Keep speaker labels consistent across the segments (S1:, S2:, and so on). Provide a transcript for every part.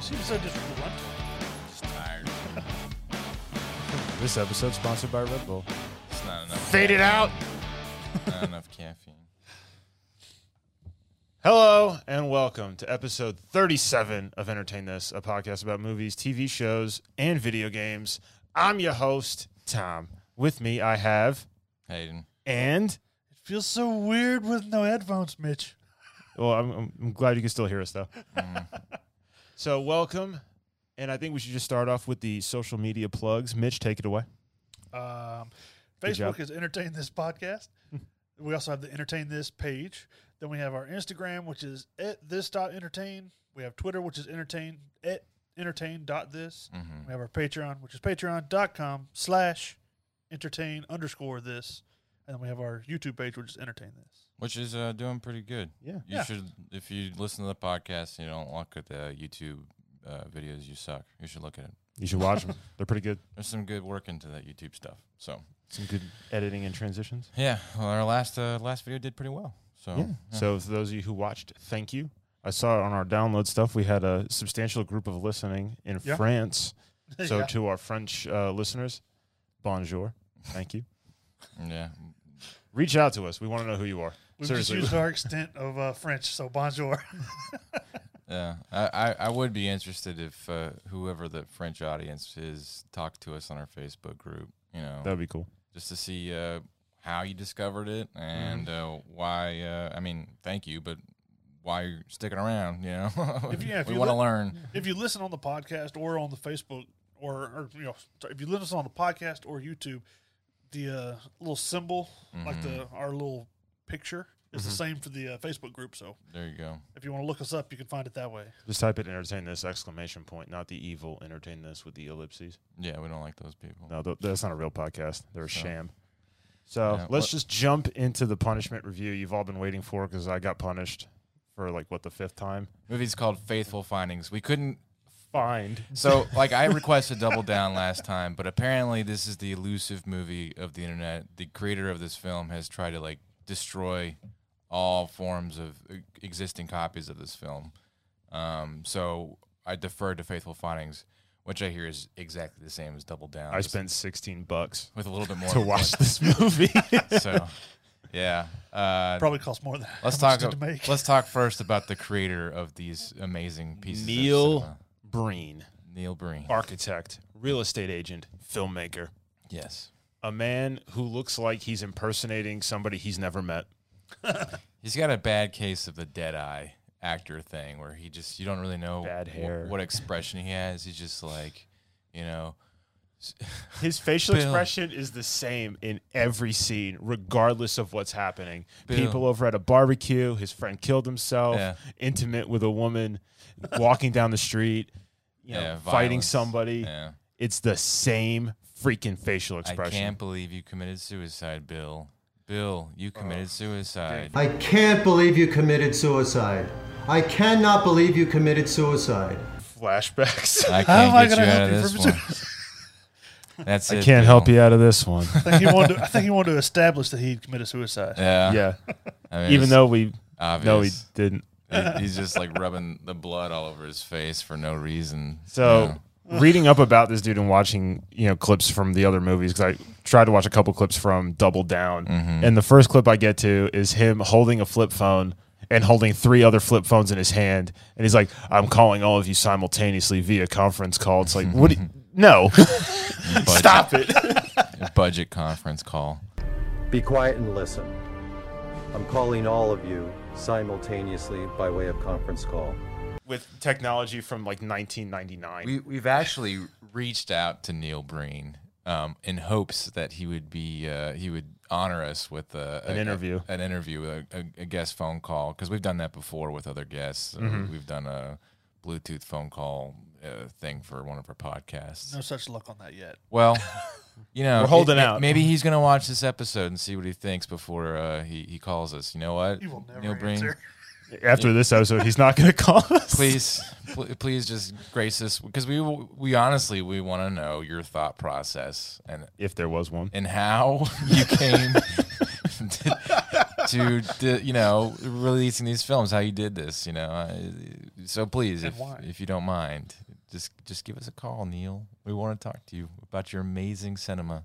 S1: Seems so just reluctant.
S2: Just tired.
S3: This episode sponsored by Red Bull.
S2: It's not enough.
S3: Fade it out.
S2: Not enough caffeine.
S3: Hello and welcome to episode 37 of Entertain This, a podcast about movies, TV shows, and video games. I'm your host, Tom. With me, I have
S2: Hayden.
S3: and
S1: It feels so weird with no headphones, Mitch.
S3: well, I'm- I'm, I'm glad you can still hear us though. so welcome, and I think we should just start off with the social media plugs. Mitch, take it away.
S1: Um,
S3: Good job.
S1: Facebook is Entertain This Podcast. we also have the Entertain This page. Then we have our Instagram, which is at this dot entertain. We have Twitter, which is entertain at entertain dot this.
S2: Mhm.
S1: We have our Patreon, which is patreon.com slash entertain underscore this. And then we have our YouTube page, which is entertain this.
S2: Which is uh, doing pretty good.
S3: Yeah.
S2: You
S1: Yeah.
S2: should, if you listen to the podcast and you don't look at the YouTube uh, videos, you suck. You should look at it.
S3: You should watch them. They're pretty good.
S2: There's some good work into that YouTube stuff. So
S3: Some good editing and transitions.
S2: yeah, well, our last uh, last video did pretty well. So
S3: Yeah.
S2: yeah.
S3: So for those of you who watched, thank you. I saw it on our download stuff. We had a substantial group of listening in
S1: Yeah.
S3: France. So
S1: Yeah.
S3: to our French uh, listeners, bonjour. Thank you.
S2: yeah.
S3: Reach out to us. We want to know who you are.
S1: We've
S3: Seriously.
S1: just used our extent of uh, French, so bonjour.
S2: Yeah, I, I, I would be interested if uh, whoever the French audience is talked to us on our Facebook group, you know,
S3: That would be cool.
S2: just to see uh, how you discovered it and
S1: Mm-hmm.
S2: uh, why. Uh, I mean, thank you, but why you're sticking around, you know?
S1: If you- yeah, if
S2: we
S1: you
S2: want to
S1: li-
S2: learn.
S1: if you listen on the podcast or on the Facebook or, or you know sorry, if you listen on the podcast or YouTube, the uh, little symbol like
S2: Mm-hmm.
S1: the
S3: Mm-hmm.
S1: our little picture is the same for the uh, Facebook group. So
S2: There you go.
S1: if you want to look us up, you can find it that way.
S3: Just type in entertain this exclamation point, not the evil entertain this with the ellipses.
S2: Yeah, we don't like those people.
S3: No, th- that's not a real podcast. They're a
S2: So-
S3: sham. So
S2: Yeah,
S3: let's
S2: what-
S3: just jump into the punishment review you've all been waiting for because I got punished for like what the fifth time.
S2: Movie's called Faithful Findings. We couldn't.
S3: Find.
S2: So, like, I requested Double Down last time, but apparently, this is the elusive movie of the internet. The creator of this film has tried to, like, destroy all forms of e- existing copies of this film. Um, so, I deferred to Faithful Findings, which I hear is exactly the same as Double Down.
S3: I
S2: just
S3: spent 16 bucks
S2: with a little bit more
S3: to
S2: of a
S3: watch this movie.
S2: budget. So, yeah. Uh,
S1: Probably costs more than
S2: let's
S1: how much
S2: talk.
S1: did to make.
S2: Let's talk first about the creator of these amazing pieces. of
S3: Neil-
S2: cinema.
S3: Breen,
S2: Neil Breen.
S3: architect, real estate agent, filmmaker,
S2: Yes.
S3: a man who looks like he's impersonating somebody he's never met.
S2: He's got a bad case of the dead eye actor thing where he just, you don't really know
S3: Bad
S2: wh-
S3: hair.
S2: what expression he has. He's just like, you know,
S3: His facial
S2: Bill.
S3: expression is the same in every scene, regardless of what's happening.
S2: Bill.
S3: People over at a barbecue, his friend killed himself,
S2: Yeah.
S3: intimate with a woman, walking down the street, you know,
S2: Yeah,
S3: fighting
S2: violence.
S3: somebody.
S2: yeah,
S3: It's the same freaking facial
S2: I
S3: expression.
S2: can't believe you committed suicide, Bill. Bill, you
S3: Oh.
S2: committed suicide.
S4: I can't believe you committed suicide. I cannot believe you committed suicide.
S3: Flashbacks.
S2: I
S1: How am I
S2: can't get
S1: gonna
S2: you out
S1: help
S2: of
S1: you
S2: this
S1: from
S2: one. That's it.
S3: I can't
S2: Bill.
S3: help you out of this one.
S1: I think he wanted. To, I think he wanted to establish that he'd committed suicide.
S2: Yeah.
S3: yeah.
S2: I mean,
S3: Even
S2: it's
S3: though we no,
S2: Oh,
S3: he
S2: obvious.
S3: didn't.
S2: He- he's just like rubbing the blood all over his face for no reason.
S3: So reading up about this dude and watching you know clips from the other movies because I tried to watch a couple clips from Double Down, and the first clip I get to is him holding a flip phone and holding three other flip phones in his hand, and he's like, "I'm calling all of you simultaneously via conference call." It's like, what? do you- no,
S2: Yeah. budget,
S3: stop it.
S2: budget conference call.
S4: Be quiet and listen. I'm calling all of you simultaneously by way of conference call.
S3: With technology from like 1999.
S2: We we've actually reached out to Neil Breen um, in hopes that he would be uh, he would honor us with a,
S3: An
S2: a-
S3: interview.
S2: an interview, a, a, a guest phone call because we've done that before with other guests.
S3: Mm-hmm.
S2: We- We've done a Bluetooth phone call uh, thing for one of our podcasts.
S1: No such luck on that yet.
S2: Well, you know,
S3: We're holding
S2: it- it-
S3: out.
S2: Maybe he's gonna watch this episode and see what he thinks before uh, he he calls us. You know what?
S1: You will never
S2: Neil Breen,
S1: answer.
S3: After this episode, he's not going to call us.
S2: please, pl- please just grace us because we we honestly we want to know your thought process and
S3: If there was one.
S2: and how you came to, to, d you know releasing these films. How you did this, you know? I- So please,
S1: And
S2: if,
S1: why.
S2: if you don't mind, just just give us a call, Neil. We want to talk to you about your amazing cinema.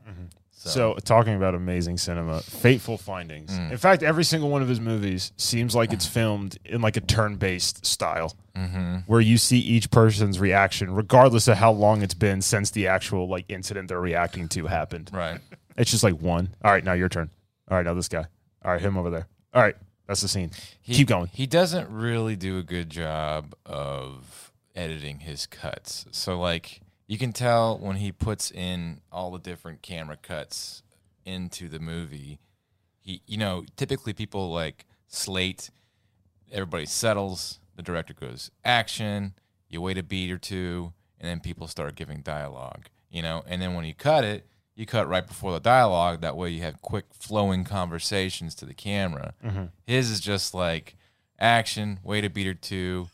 S2: So,
S3: So, talking about amazing cinema, Fateful Findings.
S2: Mm.
S3: In fact, every single one of his movies seems like it's filmed in like a turn-based style,
S2: Mm-hmm.
S3: where you see each person's reaction, regardless of how long it's been since the actual like incident they're reacting to happened.
S2: right,
S3: It's just like one. All right, now your turn. All right, now this guy. All right, him over there. All right, that's the scene.
S2: He-
S3: Keep going.
S2: He doesn't really do a good job of editing his cuts. So like you can tell when he puts in all the different camera cuts into the movie. He you know, typically people like slate everybody settles, the director goes action, you wait a beat or two, and then people start giving dialogue, you know, and then when you cut it, you cut right before the dialogue. That way you have quick flowing conversations to the camera. His is just like action, wait a beat or two,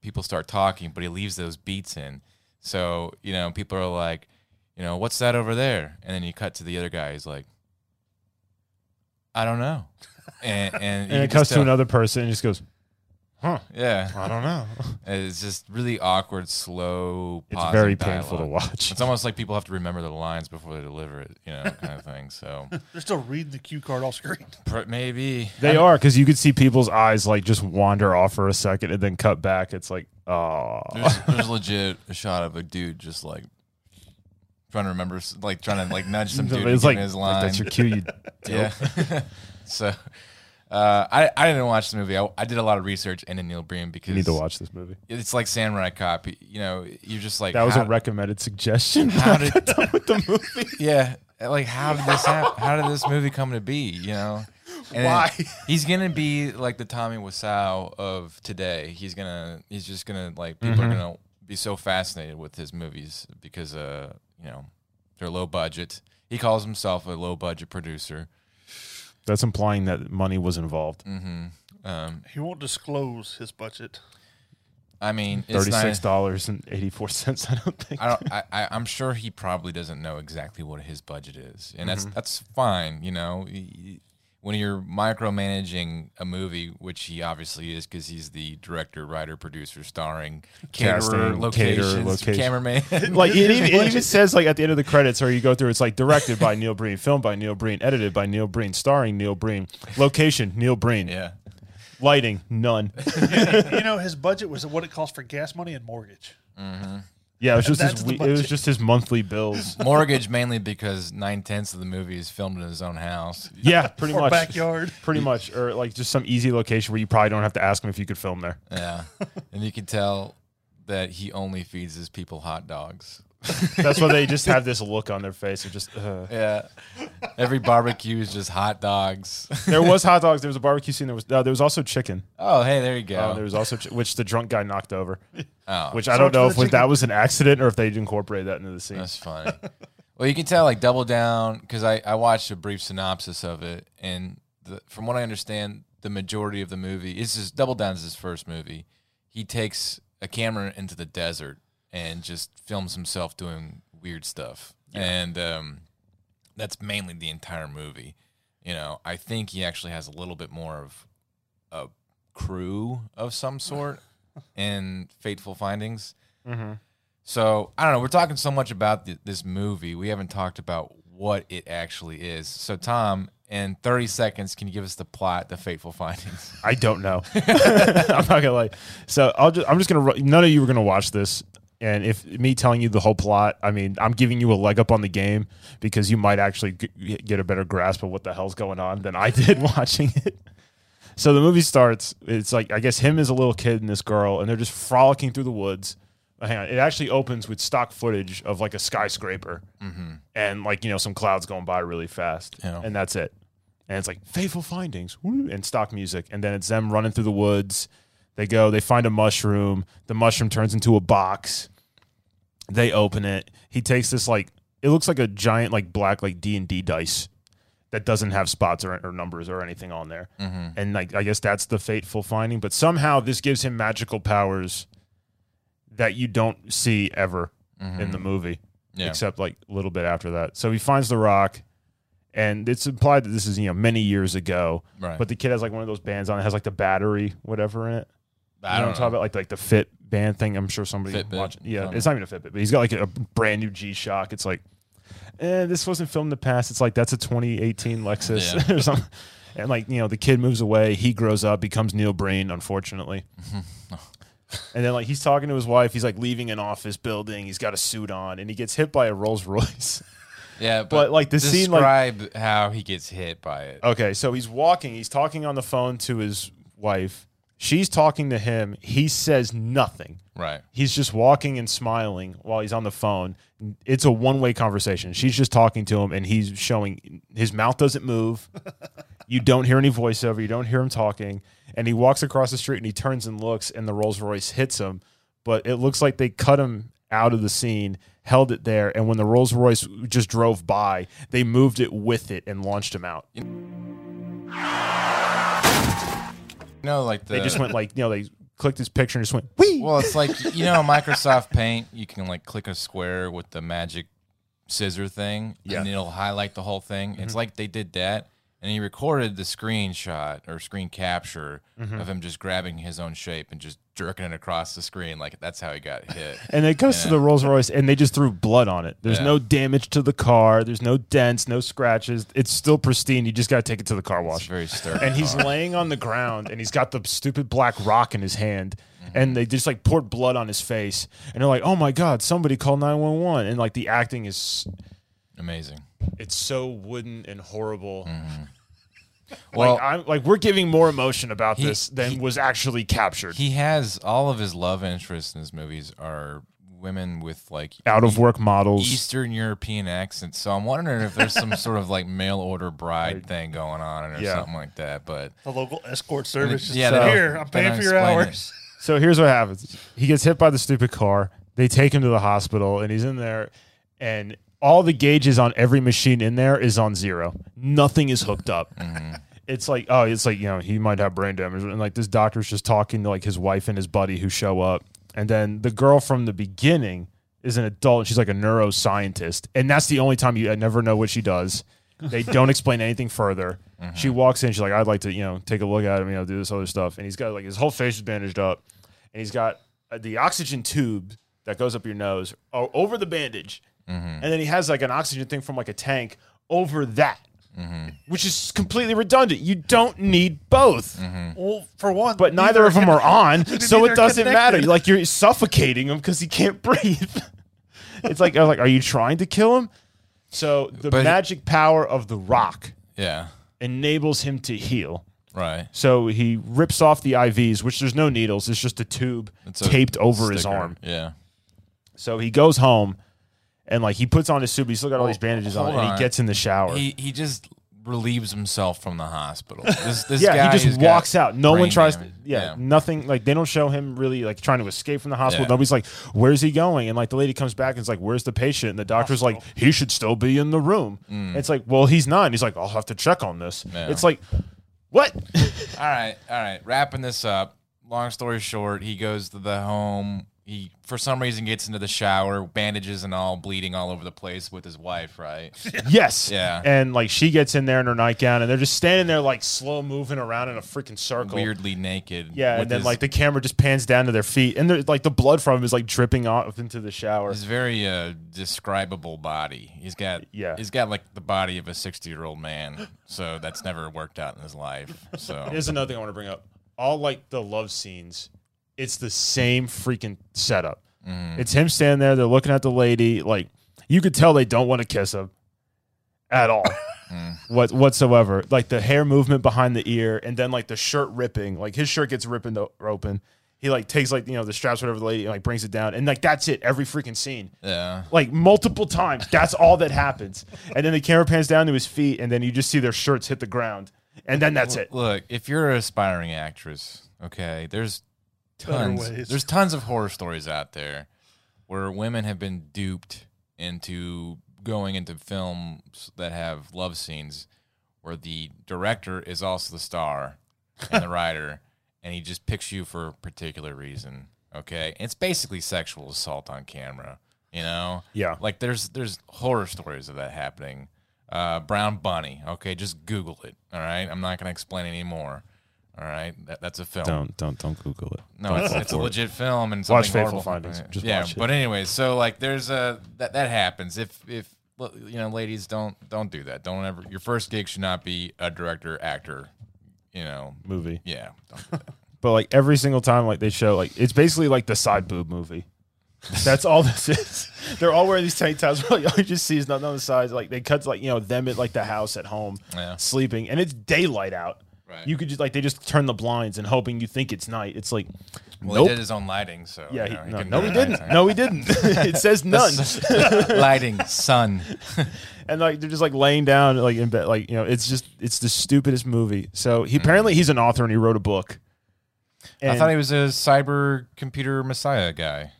S2: people start talking, but he leaves those beats in. So, you know, people are like, you know, what's that over there? And then you cut to the other guy. He's like, I don't know. And, and, you
S3: And
S2: can
S3: it
S2: just uh,
S3: cuts to
S2: tell-
S3: another person and just goes, "Huh?
S2: Yeah.
S3: I don't know."
S2: And It's just really awkward, slow.
S3: It's
S2: pausing
S3: very painful to
S2: dialogue.
S3: watch.
S2: It's almost like people have to remember the lines before they deliver it, you know, kind of thing. So
S1: They're still reading the cue card off screen.
S2: per- maybe
S3: They are because you could see people's eyes like just wander off for a second and then cut back. It's like, oh,
S2: there's, there's legit a shot of a dude just like trying to remember, s- like trying to like nudge some dude
S3: it's
S2: to give
S3: like,
S2: his
S3: like,
S2: line.
S3: that's your cue. You
S2: yeah. so uh, I I didn't watch the movie. I, I did a lot of research into Neil Breen because
S3: need to watch this movie.
S2: It's like Samurai Cop. You know, you're just like
S3: That was
S2: how-
S3: a recommended suggestion.
S2: How did
S3: with the movie?
S2: Yeah, eh, like how did this happen? How did this movie come to be? You know, and
S3: Why?
S2: he's gonna be like the Tommy Wiseau of today. He's gonna he's just gonna like people are gonna be so fascinated with his movies because uh you know they're low budget. He calls himself a low budget producer.
S3: That's implying that money was involved.
S2: Mm. Um,
S1: He won't disclose his budget.
S2: I mean, it's not-
S3: Thirty-six dollars and eighty-four cents. I don't think.
S2: I don't. I, I, I'm sure he probably doesn't know exactly what his budget is,
S3: Mm-hmm.
S2: and that's that's fine. You know, Y- y- when you're micromanaging a movie, which he obviously is, because he's the director, writer, producer, starring, caterer,
S3: Casting, caterer,
S2: locations,
S3: location.
S2: cameraman.
S3: like it even, it even says like at the end of the credits or you go through it's like directed by neil breen filmed by neil breen edited by neil breen starring neil breen location neil breen
S2: yeah.
S3: lighting none
S1: you know, his budget was what it cost for gas money and mortgage.
S3: yeah it was just
S1: That's
S3: his,
S1: the
S3: we- it was
S1: budget.
S3: just his monthly bills
S2: Mortgage mainly because nine tenths of the movie is filmed in his own house.
S3: yeah pretty
S1: Or
S3: much
S1: backyard.
S3: pretty much or like just some easy location where you probably don't have to ask him if you could film there
S2: Yeah, and you can tell that he only feeds his people hot dogs.
S3: that's why they just have this look on their face of just uh.
S2: Yeah, every barbecue is just hot dogs.
S3: there was hot dogs there was a barbecue scene there was uh, there was also chicken
S2: oh, hey, there you go.
S3: uh, there was also chi- which the drunk guy knocked over
S2: Oh.
S3: which i
S1: So
S3: don't
S1: much
S3: know
S1: for the
S3: if was-
S1: chicken.
S3: that was an accident or if they incorporated that into the scene
S2: That's funny. well, you can tell like Double Down because I, I watched a brief synopsis of it, and the, from what I understand, the majority of the movie is his Double Down is his first movie. He takes a camera into the desert and just films himself doing weird stuff, and um, that's mainly the entire movie. You know, I think he actually has a little bit more of a crew of some sort in Fateful Findings. So I don't know. We're talking so much about th- this movie, we haven't talked about what it actually is. So Tom, in thirty seconds, can you give us the plot, the fateful findings?
S3: I don't know. I'm not gonna lie. So I'll just, I'm just gonna. ru- None of you were gonna watch this, and if me telling you the whole plot, I mean, I'm giving you a leg up on the game because you might actually g- get a better grasp of what the hell's going on than I did watching it. So the movie starts. It's like I guess him is a little kid and this girl, and they're just frolicking through the woods. Uh, Hang on, it actually opens with stock footage of like a skyscraper and like you know some clouds going by really fast,
S2: Yeah.
S3: and that's it. And it's like faithful findings woo, and stock music, and then it's them running through the woods. They go, they find a mushroom. The mushroom turns into a box. They open it. He takes this like it looks like a giant like black like D and D dice that doesn't have spots or, or numbers or anything on there. And like I guess that's the fateful finding. But somehow this gives him magical powers that you don't see ever in the movie,
S2: Yeah.
S3: except like a little bit after that. So he finds the rock, and it's implied that this is you know many years ago.
S2: Right.
S3: But the kid has like one of those bands on. It has like the battery whatever in it.
S2: I
S3: you know
S2: don't
S3: what I'm talking
S2: know.
S3: about like like the Fit band thing. I'm sure somebody
S2: Fitbit.
S3: watching. Yeah,
S2: Um,
S3: it's not even a Fitbit, but he's got like a brand new G Shock. It's like, eh, this wasn't filmed in the past. It's like that's a 2018 Lexus
S2: Yeah.
S3: or something. And like you know, the kid moves away. He grows up, becomes Neil Breen, unfortunately. and then like he's talking to his wife. He's like leaving an office building. He's got a suit on, and he gets hit by a Rolls Royce.
S2: Yeah, but,
S3: But, like, the scene, like- Oh.
S2: describe how he gets hit by it.
S3: Okay, so he's walking. He's talking on the phone to his wife. She's talking to him. He says nothing.
S2: Right.
S3: He's just walking and smiling while he's on the phone. It's a one way conversation. She's just talking to him, and he's showing his mouth doesn't move. you don't hear any voiceover. You don't hear him talking. And he walks across the street and he turns and looks, and the Rolls Royce hits him. But it looks like they cut him out of the scene, held it there. And when the Rolls Royce just drove by, they moved it with it and launched him out.
S2: You know, like the
S3: They just went like, you know, they clicked his picture and just went, wee.
S2: Well, it's like you know Microsoft Paint. You can like click a square with the magic scissor thing,
S3: Yeah. Mm-hmm.
S2: and it'll highlight the whole thing. It's like they did that, and he recorded the screenshot or screen capture
S3: Mm-hmm.
S2: of him just grabbing his own shape and just jerking it across the screen. Like that's how he got hit.
S3: And it goes to the Rolls Royce, and they just threw blood on it. There's
S2: Yeah.
S3: no damage to the car. There's no dents, no scratches. It's still pristine. You just got to take it to the car
S2: It's
S3: wash.
S2: very stern.
S3: And he's laying on the ground, and he's got the stupid black rock in his hand,
S2: Mm-hmm.
S3: and they just like poured blood on his face. And they're like, "Oh my god, somebody call 911!" And like the acting is,
S2: amazing.
S3: it's so wooden and horrible.
S2: Mm. Well,
S3: like I'm like we're giving more emotion about
S2: He-
S3: this than
S2: he-
S3: was actually captured.
S2: he has all of his love interests in his movies are women with like
S3: Out of work models.
S2: Eastern European accent. So I'm wondering if there's some sort of like mail order bride thing going on or
S3: Yeah.
S2: something like that. But
S1: The local escort service. Just
S2: Yeah,
S1: yeah,
S2: they don't-
S1: here. I'm
S2: they
S1: paying
S2: don't
S1: for your
S2: explain it.
S1: hours.
S3: So here's what happens. He gets hit by the stupid car. They take him to the hospital and he's in there and all the gauges on every machine in there is on zero. Nothing is hooked up. It's like, oh, it's like, you know, he might have brain damage. And like this doctor's just talking to like his wife and his buddy who show up. And then the girl from the beginning is an adult. She's like a neuroscientist. And that's the only time you I never know what she does. They don't explain anything further. She walks in. She's like, I'd like to, you know, take a look at him, you know, do this other stuff. And he's got like his whole face is bandaged up. And he's got uh, the oxygen tube that goes up your nose o- over the bandage. And then he has like an oxygen thing from like a tank over that, which is completely redundant. You don't need both
S1: Well, for one,
S3: but neither of them are on, so
S1: neither
S3: it
S1: are
S3: doesn't matter.
S1: connected.
S3: Like you're suffocating him because he can't breathe. it's like I was like, are you trying to kill him? So the
S2: But-
S3: magic power of the rock
S2: yeah,
S3: enables him to heal.
S2: right.
S3: So he rips off the IVs, which there's no needles. It's just a tube
S2: It's a
S3: taped over his
S2: Sticker.
S3: arm.
S2: Yeah.
S3: So he goes home, and like he puts on his suit. But he's still got all
S2: Well,
S3: these bandages on,
S2: hold
S3: and
S2: on.
S3: he gets in the shower.
S2: He he just relieves himself from the hospital. This, this
S3: yeah,
S2: guy
S3: he
S2: who's
S3: just
S2: got
S3: walks out. No one
S2: brain
S3: tries.
S2: damage.
S3: yeah, nothing. Like they don't show him really like trying to escape from the hospital.
S2: Yeah.
S3: Nobody's like, "Where's he going?" And like the lady comes back and is like, "Where's the patient?" And the doctor's like, "He should still be in the room." It's like, "Well, he's not." And he's like, "I'll have to check on this."
S2: Mm. Yeah.
S3: It's like, what?
S2: All right, all right. Wrapping this up. Long story short, he goes to the home. He for some reason gets into the shower, bandages and all, bleeding all over the place with his wife. Right.
S3: yes.
S2: Yeah.
S3: And like she gets in there in her nightgown, and they're just standing there like slow moving around in a freaking circle.
S2: Weirdly naked.
S3: Yeah,
S2: with
S3: and then
S2: his-
S3: like the camera just pans down to their feet, and they're like the blood from him is like dripping off into the shower.
S2: His very uh, describable body. He's got
S3: Yeah.
S2: He's got like the body of a sixty year old man. So that's never worked out in his life. So
S3: Here's another thing I want to bring up. All like the love scenes, it's the same freaking setup. It's him standing there. They're looking at the lady. Like you could tell they don't want to kiss him at all, what whatsoever. Like the hair movement behind the ear, and then like the shirt ripping. Like his shirt gets ripping to, open. He like takes like you know the straps whatever the lady and, like brings it down, and like that's it. Every freaking scene
S2: yeah,
S3: like multiple times. That's all that happens. And then the camera pans down to his feet, and then you just see their shirts hit the ground, and then that's it.
S2: look, if you're an aspiring actress, okay, there's tons.
S1: ways.
S2: There's tons of horror stories out there where women have been duped into going into films that have love scenes where the director is also the star and the writer, and he just picks you for a particular reason. Okay, it's basically sexual assault on camera. You know,
S3: Yeah.
S2: Like there's there's horror stories of that happening. uh, brown bunny. Okay, just Google it. All right, I'm not gonna explain anymore. All right, that, that's a film.
S5: Don't don't don't Google it.
S2: No,
S5: Don't
S2: it's,
S5: fall
S2: it's a
S5: for it.
S2: legit film and
S3: Watch
S2: something
S3: Faithful
S2: horrible.
S3: Findings. Just
S2: yeah,
S3: watch it.
S2: but anyway, so like there's a that that happens if if well, you know ladies don't don't do that. Don't ever your first gig should not be a director actor. You know,
S3: movie.
S2: yeah, don't do that.
S3: But like every single time, like they show, like it's basically like the side boob movie. That's all this is. They're all wearing these tank tops. Like all you just see is nothing on the sides. Like they cut like you know them at like the house at home
S2: Yeah.
S3: sleeping, and it's daylight out.
S2: Right.
S3: You could just like they just turn the blinds and hoping you think it's night. It's like
S2: well,
S3: nope.
S2: he did his own lighting, so
S3: yeah,
S2: you
S3: he-
S2: know,
S3: no,
S2: couldn't
S3: no,
S2: do
S3: he
S2: that.
S3: didn't. No, he didn't. it says none.
S2: lighting, sun.
S3: and like they're just like laying down like in bed like you know it's just it's the stupidest movie so he apparently he's an author and he wrote a book and
S2: Hmm. I thought he was a cyber computer messiah guy.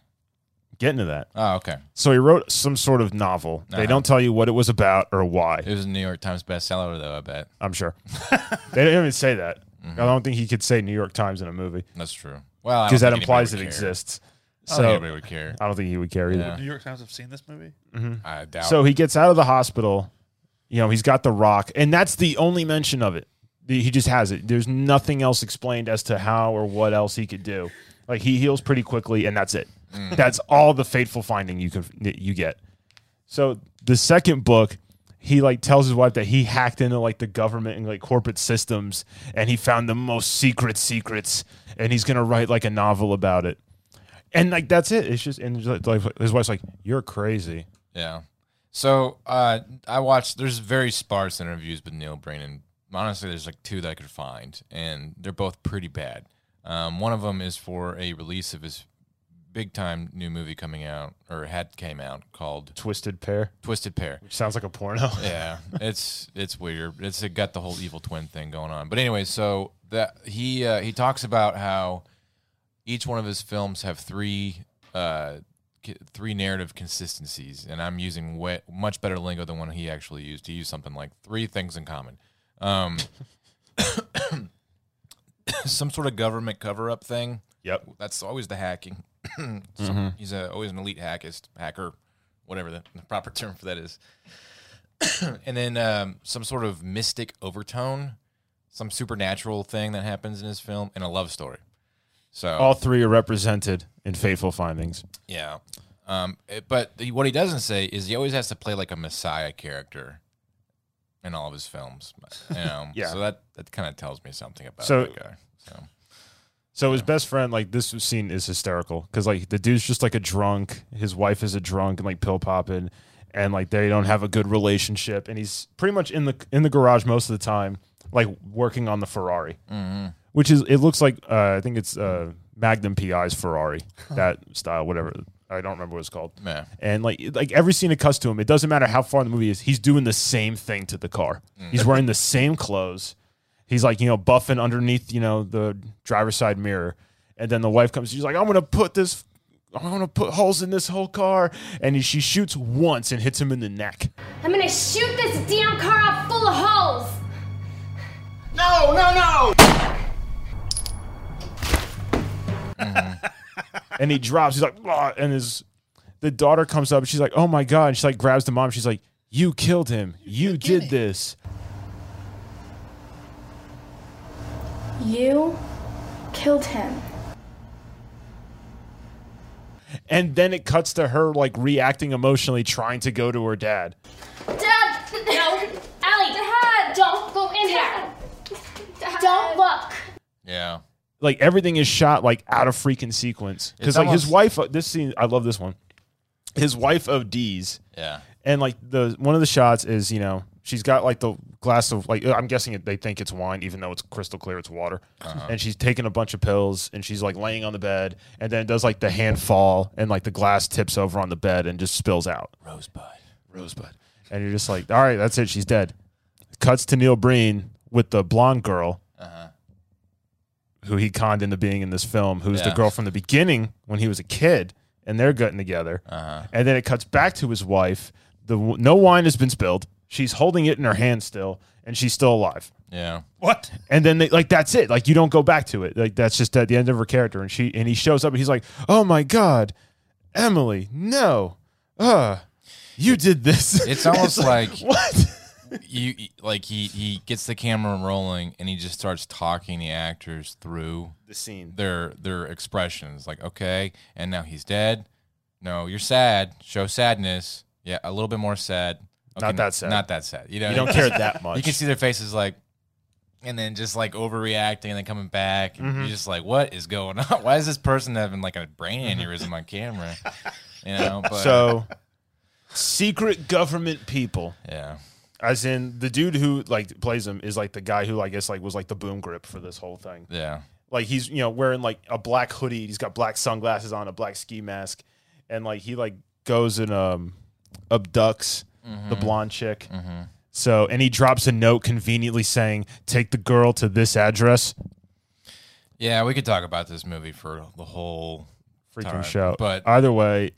S3: get into that
S2: Oh, okay.
S3: so he wrote some sort of novel they
S2: Uh-huh.
S3: don't tell you what it was about or why
S2: It was a New York Times bestseller, though. I bet
S3: i'm sure they didn't even say that i don't think he could say new york times in a movie
S2: that's true. Well, Mm-hmm. I
S3: because
S2: don't
S3: that
S2: think anybody
S3: implies
S2: would
S3: it
S2: care.
S3: exists
S2: I don't think
S3: so
S2: anybody would care.
S3: i don't think he would care either
S2: Yeah.
S1: New York Times have seen this movie.
S2: I doubt.
S3: So he gets out of the hospital. You know, he's got the rock, and that's the only mention of it. The- He just has it. There's nothing else explained as to how or what else he could do. Like he heals pretty quickly, and that's it. That's all the fateful finding you can that you get. So the second book, he like tells his wife that he hacked into like the government and like corporate systems, and he found the most secret secrets, and he's gonna write like a novel about it. And like that's it. It's just and like his wife's like, "You're crazy."
S2: Yeah. So uh, I watched. There's very sparse interviews with Neil Brennan. Honestly, there's like two that I could find, and they're both pretty bad. Um, one of them is for a release of his big time new movie coming out, or had came out called
S3: Twisted pair.
S2: Twisted Pair.
S3: Sounds like a porno.
S2: yeah, it's it's weird. It's it got the whole evil twin thing going on. But anyway, so that he uh, he talks about how each one of his films have three uh, c- three narrative consistencies, and I'm using way, much better lingo than one he actually used. He used something like three things in common. Um, some sort of government cover up thing.
S3: Yep.
S2: That's always the hacking. Some- He's a, always an elite hackist, hacker, whatever the, the proper term for that is. and then um, some sort of mystic overtone, some supernatural thing that happens in his film, and a love story. So
S3: All three are represented in Faithful Findings.
S2: yeah. Um, it- but he, what he doesn't say is he always has to play like a messiah character in all of his films. You know?
S3: Yeah.
S2: So that, that kind of tells me something about
S3: So-
S2: that guy. So
S3: So his best friend, like this scene is hysterical because like the dude's just like a drunk. His wife is a drunk and like pill popping, and like they don't have a good relationship. And he's pretty much in the in the garage most of the time, like working on the Ferrari, which is it looks like uh, I think it's uh, Magnum PI's Ferrari that style, whatever. I don't remember what it's called.
S2: Yeah.
S3: And like like every scene it cuts to him, it doesn't matter how far in the movie is, he's doing the same thing to the car. He's wearing the same clothes. He's like, you know, buffing underneath, you know, the driver's side mirror. And then the wife comes, she's like, I'm gonna put this I'm gonna put holes in this whole car. And he, she shoots once and hits him in the neck.
S6: I'm gonna shoot this damn car up full of holes!
S3: And he drops, he's like, "Ah," and his the daughter comes up and she's like, Oh my god, and she like grabs the mom, she's like, You killed him. You did this.
S6: You killed him.
S3: And then it cuts to her like reacting emotionally, trying to go to her dad.
S6: Dad! No! Allie! Dad! Don't go in there! Don't look!
S2: yeah.
S3: Like everything is shot like out of freaking sequence. Because
S2: It's
S3: like his wife,
S2: almost-
S3: uh, this scene, I love this one. His wife ODs,
S2: Yeah.
S3: and like the one of the shots is you know she's got like the glass of like I'm guessing it, they think it's wine, even though it's crystal clear, it's water. And she's taking a bunch of pills, and she's like laying on the bed, and then does like the hand fall, and like the glass tips over on the bed and just spills out.
S2: Rosebud. Rosebud.
S3: and you're just like, all right, that's it. She's dead. Cuts to Neil Breen with the blonde girl,
S2: Uh-huh.
S3: who he conned into being in this film, who's the
S2: Yeah.
S3: girl from the beginning when he was a kid, and they're getting together.
S2: Uh-huh.
S3: And then it cuts back to his wife. The w- no wine has been spilled. She's holding it in her hand still, and she's still alive.
S2: Yeah.
S1: What?
S3: And then they, like that's it. Like you don't go back to it. Like that's just at the end of her character. And she and he shows up and he's like, "Oh my god, Emily, no, uh, you did this."
S2: It's almost like
S3: what?
S2: you like he he gets the camera rolling and he just starts talking the actors through
S3: The scene.
S2: their their expressions like okay and now he's dead no you're sad show sadness yeah a little bit more sad okay,
S3: Not that
S2: n-
S3: sad.
S2: not that sad you know
S3: You don't care that much.
S2: you can see their faces like and then just like overreacting and then coming back
S3: Mm-hmm.
S2: and you're just like what is going on why is this person having like a brain aneurysm on camera you know but
S3: So, secret government people,
S2: yeah
S3: as in the dude who like plays him, is like the guy who I guess like was like the boom grip for this whole thing.
S2: yeah
S3: Like he's you know wearing like a black hoodie, he's got black sunglasses on, a black ski mask, and like he like goes and um abducts
S2: Mm-hmm.
S3: the blonde chick. So and he drops a note conveniently saying, "Take the girl to this address."
S2: yeah we could talk about this movie for the whole
S3: Freaking Uh,
S2: Time.
S3: show.
S2: But-
S3: either way,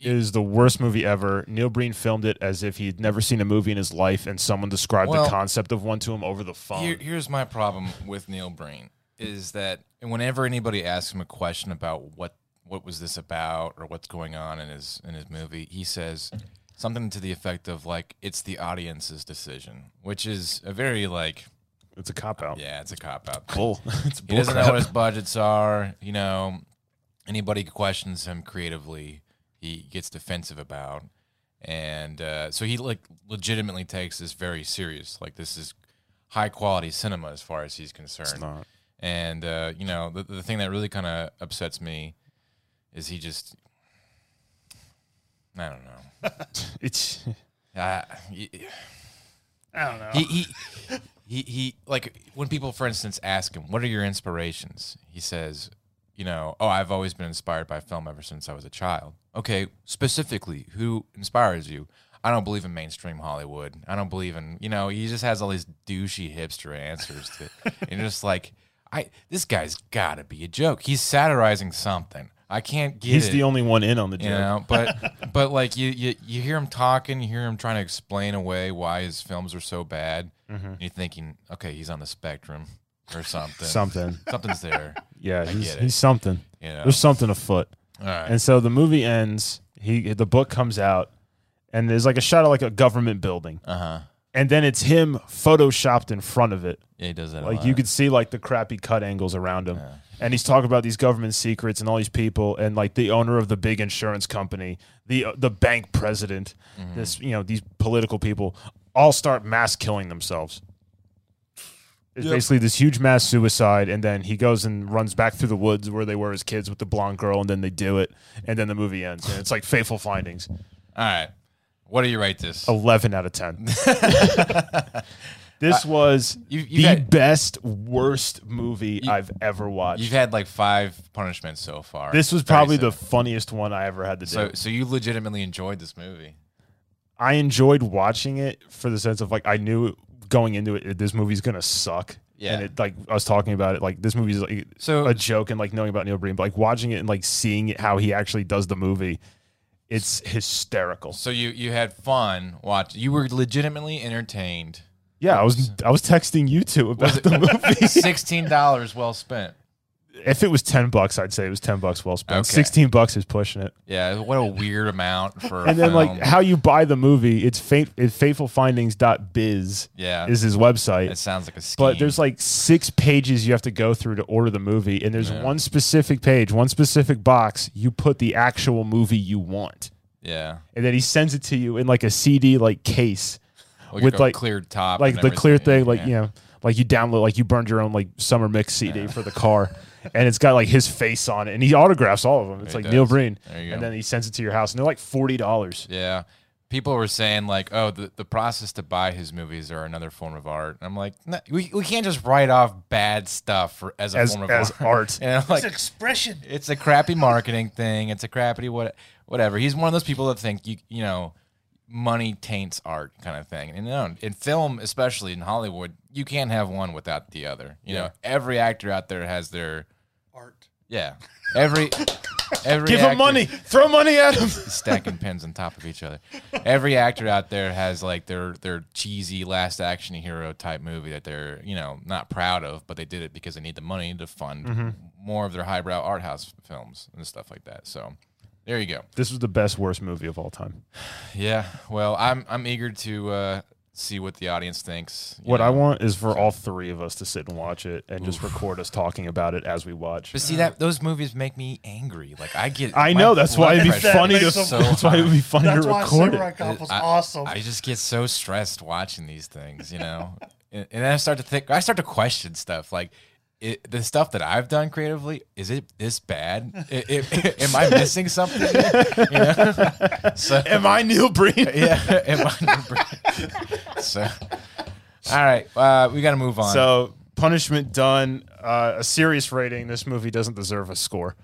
S3: it is the worst movie ever. Neil Breen filmed it as if he'd never seen a movie in his life, and someone described
S2: Well-
S3: the concept of one to him over the phone.
S2: Here, here's my problem with Neil Breen is that whenever anybody asks him a question about what what was this about or what's going on in his in his movie, he says something to the effect of like it's the audience's decision, which is a very like
S3: it's a cop out.
S2: yeah, it's a cop out.
S3: Bull. it's
S2: He
S3: bull
S2: doesn't know what
S3: crap.
S2: his budgets are. You know, anybody who questions him creatively, he gets defensive about, and uh, so he like legitimately takes this very serious. Like this is high quality cinema as far as he's concerned.
S3: not.
S2: And uh, you know, the, the thing that really kind of upsets me is he just. I don't know.
S3: It's
S2: I, y-
S1: I don't know.
S2: he, he he he like when people for instance ask him what are your inspirations he says you know oh i've always been inspired by film ever since i was a child okay specifically who inspires you i don't believe in mainstream hollywood i don't believe in you know he just has all these douchey hipster answers to and you're just like i this guy's gotta be a joke he's satirizing something i can't get
S3: he's
S2: it
S3: the only one in on the joke.
S2: you know but but like you, you you hear him talking you hear him trying to explain away why his films are so bad
S3: Mm-hmm.
S2: and you're thinking okay he's on the spectrum or something
S3: Something.
S2: something's there
S3: Yeah, he's,
S2: get it.
S3: he's something.
S2: you know
S3: There's something afoot.
S2: all right
S3: And so the movie ends. He the book comes out, and there's like a shot of like a government building,
S2: uh-huh
S3: and then it's him photoshopped in front of it.
S2: yeah he does that a
S3: Like
S2: lot.
S3: you could see like the crappy cut angles around him. And he's talking about these government secrets and all these people and like the owner of the big insurance company, the uh, the bank president, this you know, these political people all start mass killing themselves. It's basically this huge mass suicide and then he goes and runs back through the woods where they were as kids with the blonde girl and then they do it and then the movie ends. And it's like fateful findings.
S2: all right what do you rate this
S3: 11 out of 10. this was
S2: Uh, you- you've
S3: the
S2: had-
S3: best, worst movie I've ever
S2: you've
S3: watched.
S2: had like five punishments so far
S3: This was
S2: Very
S3: probably the
S2: simple.
S3: funniest one I ever had to do.
S2: so so you legitimately enjoyed this movie
S3: I enjoyed watching it for the sense of like, I knew going into it, this movie's going to suck.
S2: Yeah.
S3: And it, like, I was talking about it, like, this movie's like
S2: So-
S3: a joke and like knowing about Neil Breen, but like watching it and like seeing it, how he actually does the movie, it's hysterical.
S2: so you you had fun watch you were legitimately entertained
S3: Yeah. I was, I was texting you two about the movie.
S2: sixteen dollars well spent
S3: if it was 10 bucks i'd say it was 10 bucks well spent
S2: Okay.
S3: 16 bucks is pushing it
S2: yeah what a weird amount for a
S3: and then like
S2: film.
S3: how you buy the movie it's fate it's fatefulfindings.biz
S2: Yeah.
S3: is his website
S2: That sounds like a scheme.
S3: but there's like six pages you have to go through to order the movie and there's one specific page one specific box you put the actual movie you want
S2: yeah,
S3: and then he sends it to you in like a cd like case
S2: Well, you
S3: with
S2: go
S3: like
S2: clear top,
S3: like
S2: and
S3: the clear thing
S2: everything,
S3: like
S2: yeah.
S3: you know like you download like you burned your own like summer mix cd for the car and it's got like his face on it and he autographs all of them it's
S2: He
S3: like neil
S2: does.
S3: breen
S2: There you
S3: and
S2: go.
S3: then he sends it to your house and they're like $40
S2: yeah. People were saying like, oh, the, the process to buy his movies are another form of art. And I'm like, no, we, we can't just write off bad stuff for, as a
S3: as
S2: form of
S3: as
S2: art.
S3: art
S2: You know,
S1: it's
S2: like
S1: expression.
S2: it's a crappy marketing thing. It's a crappy what whatever. He's one of those people that think you you know money taints art kind of thing. And no, in film, especially in Hollywood, you can't have one without the other. You know, every actor out there has their
S1: Art.
S2: Yeah. Every every
S3: give
S2: actor,
S3: him money throw money at him
S2: stacking pins on top of each other. Every actor out there has like their their cheesy last action hero type movie that they're you know not proud of, but they did it because they need the money to fund
S3: Mm-hmm.
S2: more of their highbrow art house films and stuff like that. So there you go.
S3: this was the best worst movie of all time
S2: Yeah. Well, I'm I'm eager to uh, see what the audience thinks. you
S3: What I
S2: know?
S3: want is for all three of us to sit and watch it and just record us talking about it as we watch.
S2: But see that those movies make me angry. Like I get.
S3: I
S2: my
S3: know that's
S2: blood
S3: why it'd be
S2: pressure
S3: funny to.
S2: is
S1: makes them-
S2: so
S3: that's why it would be funny
S1: That's
S3: to
S1: why
S3: record
S1: Samurai
S3: it.
S1: Cop was
S2: I-
S1: awesome.
S2: I just get so stressed watching these things, you know, and, and I start to think, I start to question stuff like. It, the stuff that I've done creatively is it this bad? I- I- am I missing something? You know? So
S3: Am I Neil Breen?
S2: yeah, am I? so, all right, uh, we got to move on.
S3: So punishment done. Uh, a serious rating. This movie doesn't deserve a score.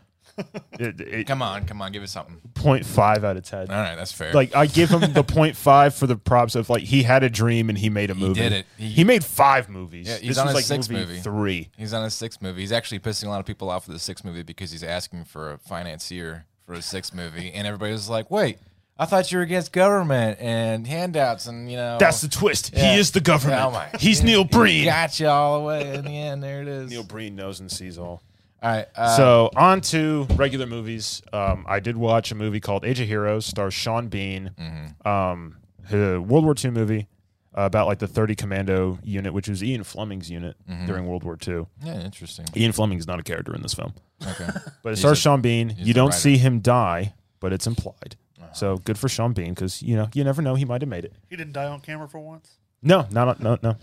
S3: It, it,
S2: come on, come on, give us something.
S3: 0.5 out of ten.
S2: All right, that's fair.
S3: Like I give him the 0.5 for the props of like he had a dream and he made a movie.
S2: did it. He-
S3: He, made five movies.
S2: Yeah, he's
S3: this
S2: on
S3: was
S2: his
S3: like
S2: sixth movie.
S3: three.
S2: He's on his sixth movie. He's actually pissing a lot of people off with the sixth movie because he's asking for a financier for his sixth movie, and everybody was like, "Wait, I thought you were against government and handouts, and you know."
S3: That's the twist.
S2: Yeah.
S3: He is the government.
S2: Oh my-
S3: He's Neil Breen.
S2: Got you all the way in the end. There it is.
S3: Neil Breen knows and sees all.
S2: All right. Uh,
S3: so on to regular movies. Um, I did watch a movie called Age of Heroes, stars Sean Bean,
S2: Mm-hmm.
S3: um, a World War II movie uh, about like the 30 Commando unit, which was Ian Fleming's unit
S2: Mm-hmm.
S3: during World War II.
S2: yeah, interesting.
S3: Ian Fleming's not a character in this film,
S2: Okay.
S3: but it
S2: He's
S3: stars
S2: a-
S3: Sean Bean.
S2: he's
S3: You
S2: the
S3: don't
S2: writer. Uh-huh.
S3: see him die, but it's implied. So good for Sean Bean because you know you never know he might have made it.
S1: he didn't die on camera for once.
S3: No, not on- no no,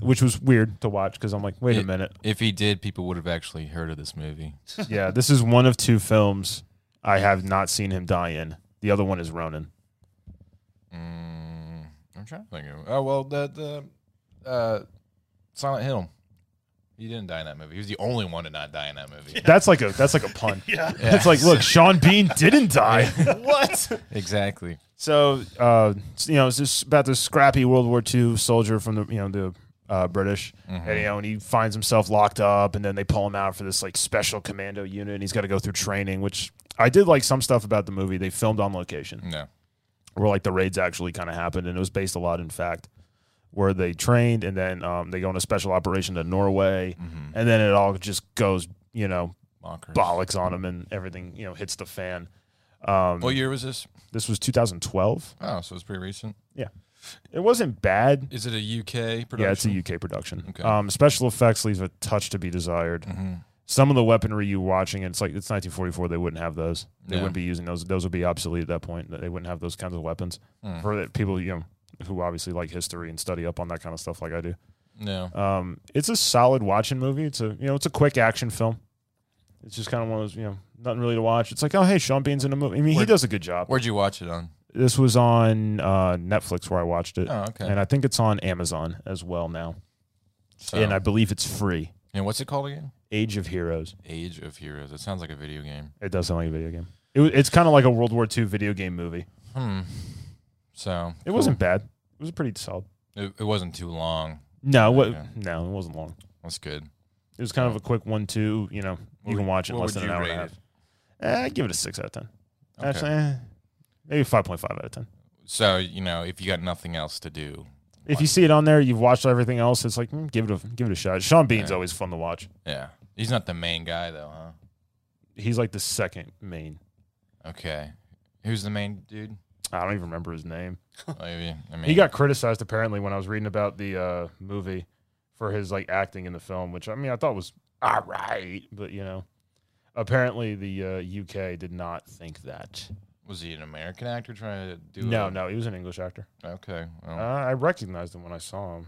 S3: which was weird to watch because I'm like, wait a minute,
S2: If he did, people would have actually heard of this movie.
S3: yeah, this is one of two films I have not seen him die in. The other one is Ronin.
S2: Mm, I'm trying to think. Of, oh well, the the uh, Silent Hill. He didn't die in that movie. He was the only one to not die in that movie.
S3: That's like a that's like a pun.
S1: Yeah.
S3: It's like, look, Sean Bean didn't die. what?
S2: Exactly.
S3: So, uh, you know, it's just about this scrappy World War II soldier from the you know the uh, British, and you know, and he finds himself locked up, and then they pull him out for this like special commando unit, and he's got to go through training. Which I did like some stuff about the movie. They filmed on location.
S2: No.
S3: where like the raids actually kind of happened, and it was based a lot in fact, where they trained and then um, they go on a special operation to Norway, and then it all just goes you know
S2: Bonkers.
S3: bollocks on them, and everything you know hits the fan.
S2: What year was this?
S3: This was 2012.
S2: Oh, so it's pretty recent.
S3: Yeah, it wasn't bad.
S2: Is it a UK production?
S3: Yeah, it's a UK production.
S2: Okay. Mm-hmm.
S3: Um, special effects leaves a touch to be desired. Some of the weaponry you watching, it's like it's 1944. They wouldn't have those. They
S2: Yeah.
S3: wouldn't be using those. Those would be obsolete at that point. They wouldn't have those kinds of weapons
S2: Hmm.
S3: for the people you know who obviously like history and study up on that kind of stuff like I do.
S2: No.
S3: Um, it's a solid watching movie. It's a you know it's a quick action film. It's just kind of one of those you know nothing really to watch. It's like oh hey Sean Bean's in a movie. I mean he
S2: Where-
S3: does a good job.
S2: Where'd you watch it on?
S3: This was on uh, Netflix where I watched it,
S2: Oh, okay.
S3: and I think it's on Amazon as well now,
S2: So,
S3: and I believe it's free.
S2: and what's it called again?
S3: Age of Heroes.
S2: Age of Heroes. It sounds like a video game.
S3: It does sound like a video game. It, wa- it's kind of like a World War II video game movie.
S2: Hmm. So
S3: It wasn't bad. It was pretty solid.
S2: It, it wasn't too long.
S3: No, what,
S2: Okay.
S3: no, it wasn't long.
S2: That's good.
S3: It was kind of a quick one-two. You know, you
S2: What
S3: can
S2: would-
S3: watch it in
S2: what
S3: less
S2: would
S3: than an
S2: you
S3: hour
S2: rate
S3: and a half.
S2: it?
S3: Eh, I give it a six out of ten.
S2: Okay.
S3: Actually, eh, maybe five point five out of ten.
S2: So you know, if you got nothing else to do,
S3: If you see it on there, you've watched everything else. It's like mm, give it a give it a shot. Sean Bean's always fun to watch.
S2: yeah, he's not the main guy though, huh?
S3: He's like the second main.
S2: Okay. Who's the main dude?
S3: I don't even remember his name.
S2: Maybe. I mean,
S3: He got criticized apparently when I was reading about the uh, movie for his like acting in the film, which I mean I thought was all right, but you know, apparently the uh, UK did not think that.
S2: Was he an American actor trying to do?
S3: No,
S2: a-
S3: no, he was an English actor.
S2: Okay.
S3: Uh,
S2: Well,
S3: I recognized him when I saw him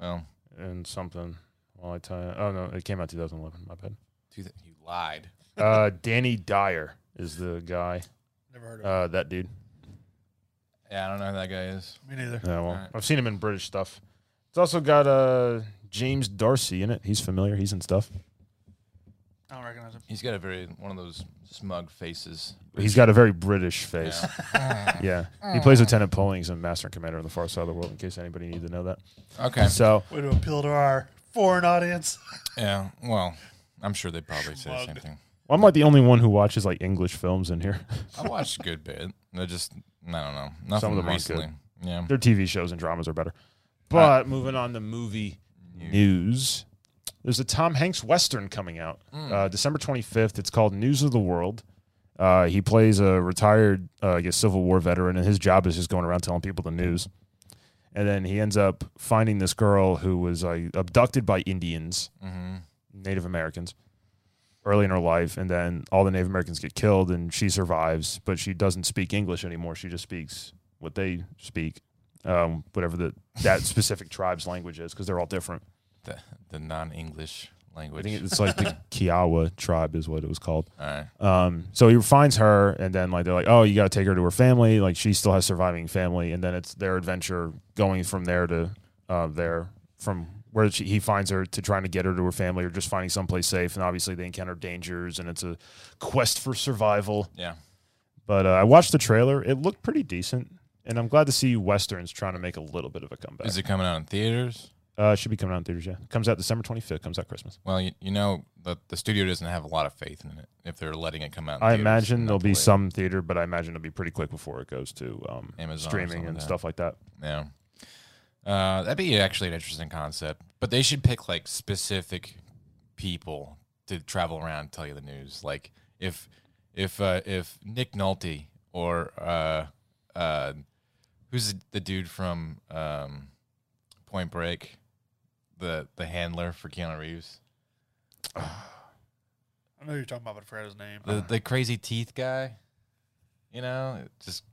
S2: well
S3: in something. Well, I tell you, oh no, it came out 2011. My bad.
S2: two th- you lied.
S3: Uh, Danny Dyer is the guy.
S1: Never heard of
S3: Uh, that dude.
S2: Yeah, I don't know who that guy is.
S1: it. Me neither.
S3: Yeah, well,
S2: Alright.
S3: I've seen him in British stuff. It's also got uh James Darcy in it. He's familiar. He's in stuff.
S1: I don't recognize him.
S2: He's got a very one of those smug faces.
S3: He's got a very British face. Yeah. He plays Lieutenant Polling. He's a master and commander on the far side of the world, in case anybody needed to know that.
S2: Okay.
S3: So,
S1: Way to appeal to our foreign audience.
S2: Yeah. Well, I'm sure they probably say the same
S1: Smug.
S2: thing.
S3: well, I'm like the only one who watches like English films in here.
S2: I watched a good bit. They're just I don't know. Nothing
S3: them aren't
S2: recently. Yeah.
S3: Their TV shows and dramas are better. But moving on to movie news, there's a Tom Hanks Western coming out uh, December 25th. It's called News of the World. Uh, he plays a retired, uh, I guess, Civil War veteran, and his job is just going around telling people the news. And then he ends up finding this girl who was uh, abducted by Indians, Native Americans, early in her life. And then all the Native Americans get killed and she survives, but she doesn't speak English anymore. She just speaks what they speak, um, whatever the, that specific tribe's language is, because they're all different.
S2: The, the non-English
S3: I
S2: language.
S3: think it's like the Kiowa tribe is what it was called.
S2: All right.
S3: Um, so he finds her, and then like they're like, "Oh, you got to take her to her family." Like she still has surviving family, and then it's their adventure going from there to uh, there from where she, he finds her to trying to get her to her family, or just finding someplace safe. And obviously, they encounter dangers, and it's a quest for survival.
S2: Yeah.
S3: But uh, I watched the trailer; it looked pretty decent, and I'm glad to see westerns trying to make a little bit of a comeback.
S2: Is it coming out in theaters?
S3: uh, it should be coming out in theaters. Yeah, comes out December 25th. Comes out Christmas.
S2: Well, you, you know the the studio doesn't have a lot of faith in it if they're letting it come out. In
S3: I
S2: theaters
S3: imagine
S2: and
S3: there'll
S2: not
S3: be
S2: delayed.
S3: some theater, but I imagine it'll be pretty quick before it goes to um,
S2: Amazon or
S3: streaming
S2: something
S3: and
S2: like that.
S3: stuff like that.
S2: Yeah. Uh, that'd be actually an interesting concept, but they should pick like specific people to travel around and tell you the news. Like if if uh, if Nick Nolte or uh, uh, who's the, the dude from um, Point Break, the the handler for Keanu Reeves,
S1: I know who you're talking about, but I forgot his name.
S2: the the crazy teeth guy, you know, just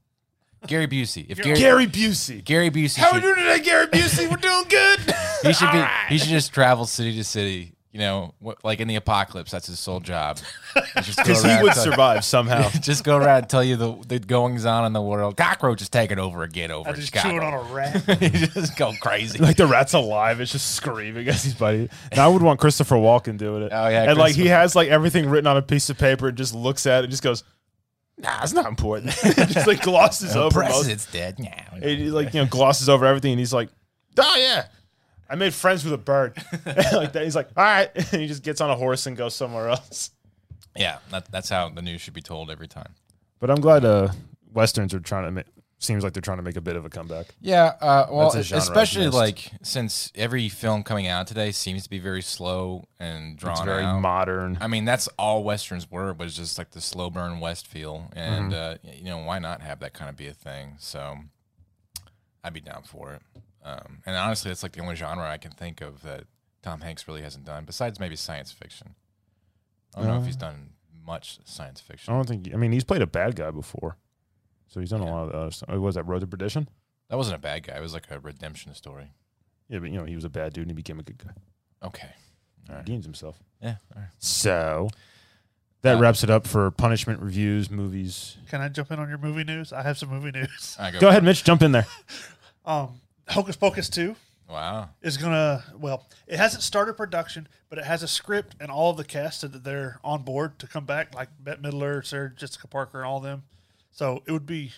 S2: Gary Busey. If Gary
S3: Busey.
S2: Gary Busey, should-
S3: today, Gary Busey? We're doing good.
S2: he should be. He should just travel city to city. You know, what, like in the apocalypse, that's his sole job.
S3: Because
S2: Because
S3: he would survive somehow.
S2: just go around and tell you the, the goings on in the world. Cockroach is taking over again over
S1: I
S2: in
S1: just chewing on
S2: Chicago.
S1: a rat.
S2: you just go crazy.
S3: like the rat's alive. It's just screaming at his buddy. Now I would want Christopher Walken doing it.
S2: Oh, yeah,
S3: And like he
S2: Christopher-
S3: has like everything written on a piece of paper and just looks at it and just goes, nah, it's not important. just like glosses
S2: the
S3: over most.
S2: president's dead now.
S3: And he, like you know glosses over everything and he's like oh yeah i made friends with a bird like that he's like all right and he just gets on a horse and goes somewhere else
S2: Yeah, that, that's how the news should be told every time.
S3: but i'm glad uh westerns are trying to make seems like they're trying to make a bit of a comeback
S2: Yeah, uh, well,
S3: That's a genre I've
S2: especially
S3: missed.
S2: like since every film coming out today seems to be very slow and drawn
S3: it's very
S2: out.
S3: modern
S2: I mean, that's all westerns were was just like the slow burn West feel, and uh, you know why not have that kind of be a thing? So I'd be down for it. Um, and honestly, that's like the only genre I can think of that Tom Hanks really hasn't done, besides maybe science fiction. I don't know if he's done much science
S3: i
S2: fiction.
S3: don't think i mean he's played a bad guy before so he's done a lot of the other stuff. What was that road to perdition
S2: That wasn't a bad guy. It was like a redemption story.
S3: yeah but you know he was a bad dude and he became a good guy
S2: Okay.
S3: He redeems himself
S2: Yeah. All right.
S3: so that
S2: Uh,
S3: wraps it up for punishment reviews movies
S1: Can I jump in on your movie news? I have some movie news.
S2: All right, go.
S3: go ahead mitch jump in there
S1: Um, Hocus Pocus 2
S2: Wow.
S1: is going to, well, it hasn't started production, but it has a script and all of the cast said that they're on board to come back, like Bette Midler, Sarah Jessica Parker, and all them. So it would be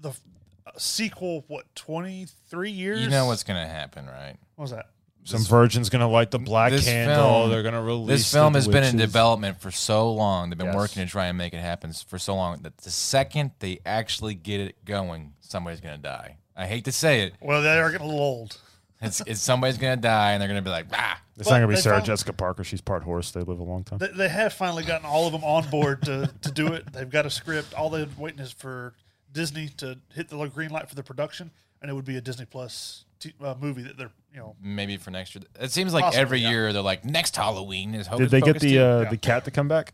S1: the f- a sequel, of, what, 23 years?
S2: You know what's gonna happen, right?
S1: What was that?
S3: Some virgin's gonna light the black
S2: this
S3: candle.
S2: film-
S3: They're gonna release.
S2: This film
S3: the
S2: has been in
S3: witches.
S2: development for so long. They've been
S3: Yes.
S2: working to try and make it happen s- for so long that the second they actually get it going, somebody's gonna die. I hate to say it,
S1: Well, they are getting a little old.
S2: it's, it's somebody's gonna die, and they're gonna be like, ah,
S3: It's not gonna be
S1: They
S3: Sarah
S1: found-
S3: Jessica Parker. She's part horse. They live a long time.
S1: They, they have finally gotten all of them on board to, to do it. They've got a script. All they're waiting is for Disney to hit the little green light for the production, and it would be a Disney Plus t- uh, movie that they're you know.
S2: maybe for next year. It seems like
S1: Possibly,
S2: every
S1: yeah.
S2: year they're like, next Halloween is Hocus
S3: Did they get
S2: Pocus
S3: the
S2: 2."
S3: uh,
S1: Yeah.
S3: the cat to come back?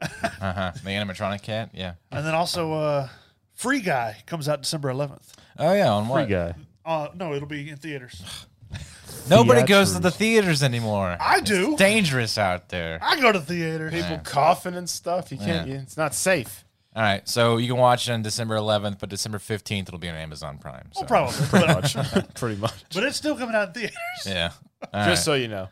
S2: Uh-huh. the animatronic cat? Yeah.
S1: And then also, uh, Free Guy comes out December 11th.
S2: Oh yeah, on
S3: Free
S2: what?
S3: guy.
S1: Uh, no, it'll be in theaters.
S2: Nobody goes to
S3: Theaters.
S2: the theaters anymore.
S1: I do.
S2: It's dangerous out there.
S1: I go to theater.
S3: coughing and stuff. You
S2: can't- Yeah.
S3: It's not safe.
S2: All right, so you can watch it on December 11th, but December 15th it'll be on Amazon Prime. So.
S1: Well, Oh, probably, but,
S3: Much. Pretty much.
S1: but it's still coming out in theaters.
S2: Yeah. All
S3: Just
S2: right.
S3: so you know.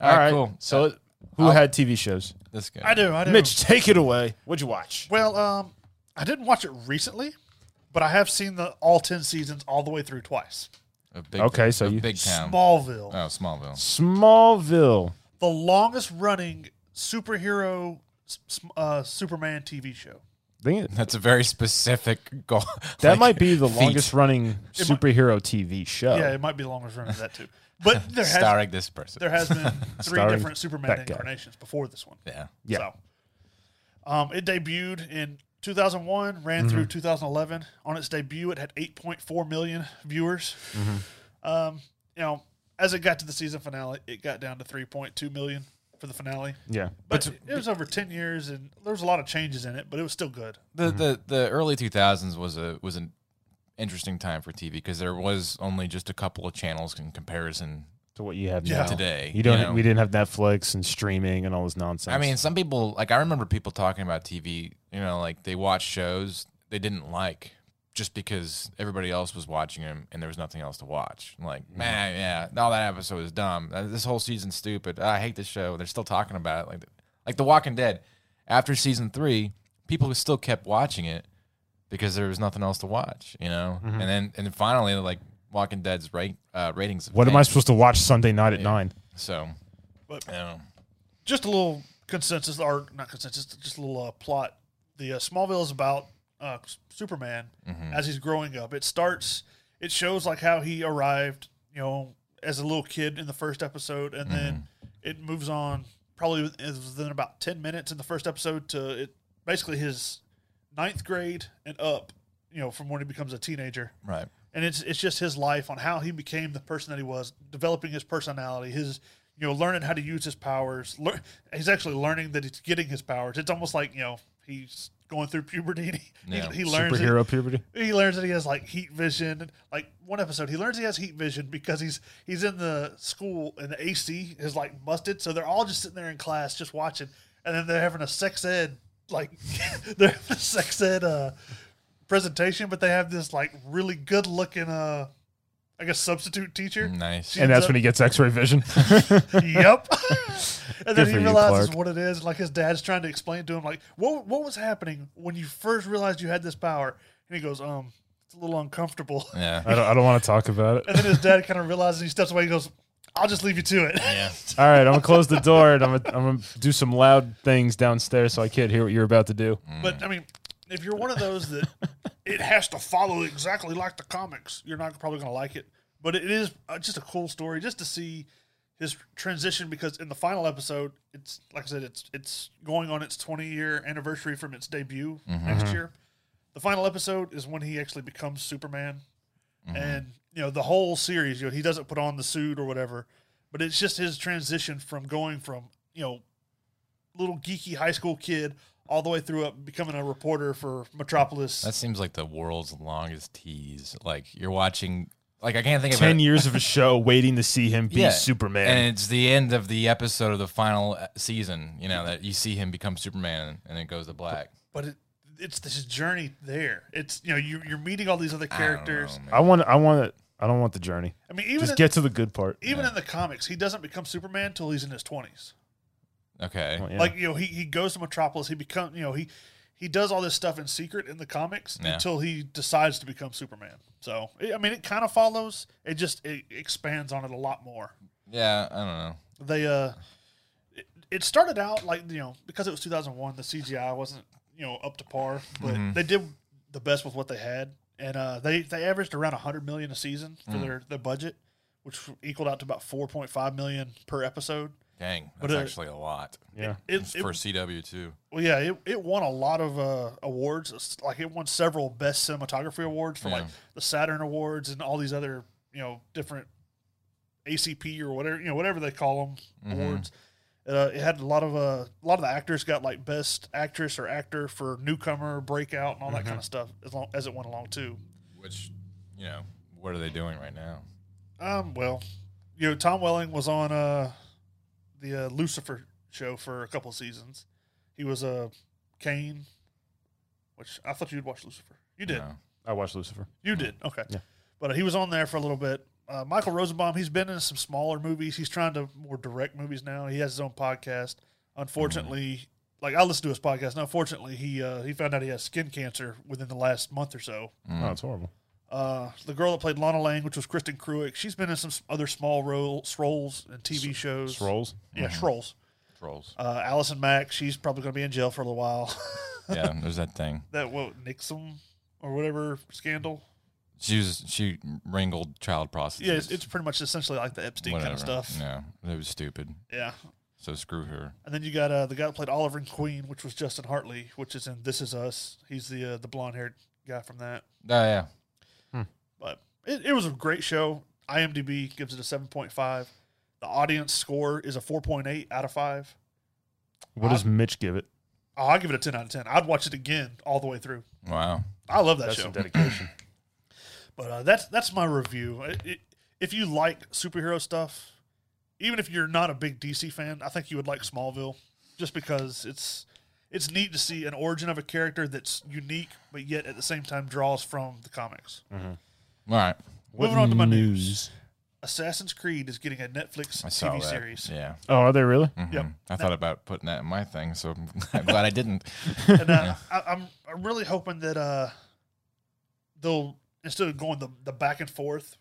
S2: All right, cool.
S3: So, who had TV shows?
S2: This guy.
S1: I do. I do.
S3: Mitch, take it away. What'd you watch?
S1: Well, um, I didn't watch it recently, but I have seen the all ten seasons all the way through twice.
S2: A big,
S3: Okay, so
S2: a
S3: you-
S2: big town.
S1: Smallville.
S2: Oh, Smallville.
S3: Smallville.
S1: the longest running superhero s- s- uh, Superman TV show.
S3: Dang it.
S2: That's a very specific goal.
S3: That
S2: Like,
S3: might be the
S2: feat
S3: longest running superhero TV show.
S1: Yeah, it might be the longest running of that too. But there has,
S2: starring this person.
S1: there has been three
S3: Starring
S1: different Superman
S3: that guy.
S1: incarnations before this one.
S2: yeah.
S3: Yeah.
S1: So, um, it debuted in 2001, ran through 2011. On its debut, it had 8.4 million viewers. Um, you know, as it got to the season finale, it got down to 3.2 million for the finale.
S3: Yeah.
S1: But it was over 10 years and there was a lot of changes in it, but it was still good.
S2: the
S3: Mm-hmm.
S2: the the early 2000s was a was an interesting time for TV because there was only just a couple of channels in comparison
S3: To what you have
S1: Yeah.
S3: now.
S2: today.
S3: You don't.
S2: know?
S3: We didn't have Netflix and streaming and all this nonsense.
S2: I mean, some people like I remember people talking about TV. You know, like they watched shows they didn't like just because everybody else was watching them and there was nothing else to watch. Like,
S3: Mm-hmm.
S2: man, yeah, all that episode is dumb. Uh, This whole season's stupid. I hate this show. They're still talking about it. Like, like The Walking Dead. After season three, people still kept watching it because there was nothing else to watch. You know,
S3: Mm-hmm.
S2: and then and then finally, like Walking Dead's rate uh, ratings. have
S3: what am I
S2: tanked.
S3: supposed to watch Sunday night at nine?
S2: So,
S1: But-
S2: you know,
S1: Just a little consensus, or not consensus, just a little uh, plot. The uh, Smallville is about uh, S- Superman as he's growing up. It starts, it shows like how he arrived, you know, as a little kid in the first episode, and then it moves on probably with- it was within about 10 minutes in the first episode to it basically his ninth grade and up, you know, from when he becomes a teenager.
S2: right.
S1: and it's it's just his life on how he became the person that he was, developing his personality, his you know learning how to use his powers. Lear- he's actually learning that he's getting his powers. It's almost like you know he's going through puberty. And he,
S2: Yeah.
S1: he, learns
S3: Superhero puberty.
S1: That, he learns that he has like heat vision. Like one episode, he learns he has heat vision because he's he's in the school and the AC is like busted, so they're all just sitting there in class just watching, and then they're having a sex ed like they're having a sex ed. Uh, presentation, but they have this like really good looking uh I guess substitute teacher.
S2: Nice.
S1: She
S3: And that's
S1: ends
S3: when he gets X-ray vision.
S1: up- Yep. and then
S3: Good
S1: he
S3: for you,
S1: realizes
S3: Clark.
S1: what it is. Like his dad's trying to explain to him like what what was happening when you first realized you had this power? And he goes, um, it's a little uncomfortable.
S2: Yeah.
S3: I don't, I don't want to talk about it.
S1: And then his dad kind of realizes he steps away, he goes, I'll just leave you to it.
S2: Yeah.
S3: All right, I'm gonna close the door and I'm gonna, I'm gonna do some loud things downstairs so I can't hear what you're about to do.
S1: But I mean, if you're one of those that it has to follow exactly like the comics, you're not probably going to like it. But it is uh, just a cool story, just to see his transition. Because in the final episode, it's like I said, it's it's going on its 20 year anniversary from its debut next year. The final episode is when he actually becomes Superman, and you know the whole series. You know, he doesn't put on the suit or whatever, but it's just his transition from going from you know little geeky high school kid all the way through up becoming a reporter for Metropolis.
S2: That seems like the world's longest tease. Like you're watching, like I can't think of
S3: Ten
S2: it.
S3: years of a show waiting to see him be
S2: Yeah.
S3: Superman.
S2: and it's the end of the episode of the final uh, season. You know that you see him become Superman, and it goes to black.
S1: but it, it's this journey there. It's you know you, you're meeting all these other characters. I,
S3: I want I want it. I don't want the journey.
S1: mean, even
S3: Just
S1: in,
S3: get to the good part.
S1: even in the comics, he doesn't become Superman till he's in his twenties.
S2: Okay,
S3: Yeah.
S1: Like you know, he, he goes to Metropolis. He become you know he he does all this stuff in secret in the comics
S2: Yeah.
S1: until he decides to become Superman. So it, I mean, it kind of follows. It just it expands on it a lot more.
S2: yeah, I don't know.
S1: they uh it, it started out like you know because it was 2001 the cgi wasn't you know up to par but they did the best with what they had and uh they they averaged around 100 million a season for their their budget which equaled out to about 4.5 million per episode
S2: Dang,
S1: But,
S2: that's
S1: uh,
S2: actually a lot
S3: yeah.
S1: it, it
S2: for CW too.
S1: well, yeah, it, it won a lot of uh, awards. It's Like it won several best cinematography awards for like
S2: Yeah.
S1: the Saturn Awards and all these other you know different ACP or whatever you know whatever they call them awards. Uh, it had a lot of uh, a lot of the actors got like best actress or actor for newcomer, breakout, and all that kind of stuff as long as it went along too.
S2: Which, you know, what are they doing right now?
S1: Um, well, you know, Tom Welling was on uh the uh, Lucifer show for a couple of seasons. He was a uh, Kane, which I thought you'd watch Lucifer. You did,
S2: No.
S3: I watched Lucifer.
S1: you did, okay.
S3: Yeah.
S1: But uh, he was on there for a little bit. Uh, Michael Rosenbaum, he's been in some smaller movies. He's trying to more direct movies now. He has his own podcast. Unfortunately, like I listened to his podcast, and unfortunately, he uh, he found out he has skin cancer within the last month or so.
S3: Oh, it's horrible.
S1: Uh, the girl that played Lana Lang, which was Kristen Cruick, she's been in some s- other small roles, roles and TV shows.
S3: Rolls.
S1: Yeah, roles.
S2: Trolls.
S1: Uh, Allison Mack, she's probably going to be in jail for a little while.
S2: yeah, there's that thing.
S1: that what Nixon or whatever scandal.
S2: She was she wrangled child prostitutes.
S1: Yeah, it's, it's pretty much essentially like the Epstein kind of
S2: whatever.
S1: stuff. Yeah.
S2: No, it was stupid. So screw her.
S1: And then you got uh, the guy that played Oliver and Queen, which was Justin Hartley, which is in This Is Us. He's the uh, the blonde haired guy from that.
S2: Oh, yeah.
S1: But it, it was a great show. IMDb gives it a 7.5. The audience score is a 4.8 out of 5.
S3: What does Mitch give it?
S1: Oh, I'll give it a 10 out of 10. I'd watch it again all the way through.
S2: Wow.
S1: I love that
S5: That's
S1: show.
S5: some dedication.
S1: But uh, that's that's my review. I i if you like superhero stuff, even if you're not a big DC fan, I think you would like Smallville, just because it's it's neat to see an origin of a character that's unique, but yet at the same time draws from the comics.
S2: All right.
S1: Moving on to my news. Assassin's Creed is getting a Netflix
S2: I saw
S1: TV
S2: that.
S1: series.
S2: Yeah.
S3: Oh, are they really?
S1: Yep.
S2: Mm. I thought about putting that in my thing, so I'm glad I didn't.
S1: And uh, I, I'm I'm really hoping that uh they'll instead of going the, the back and forth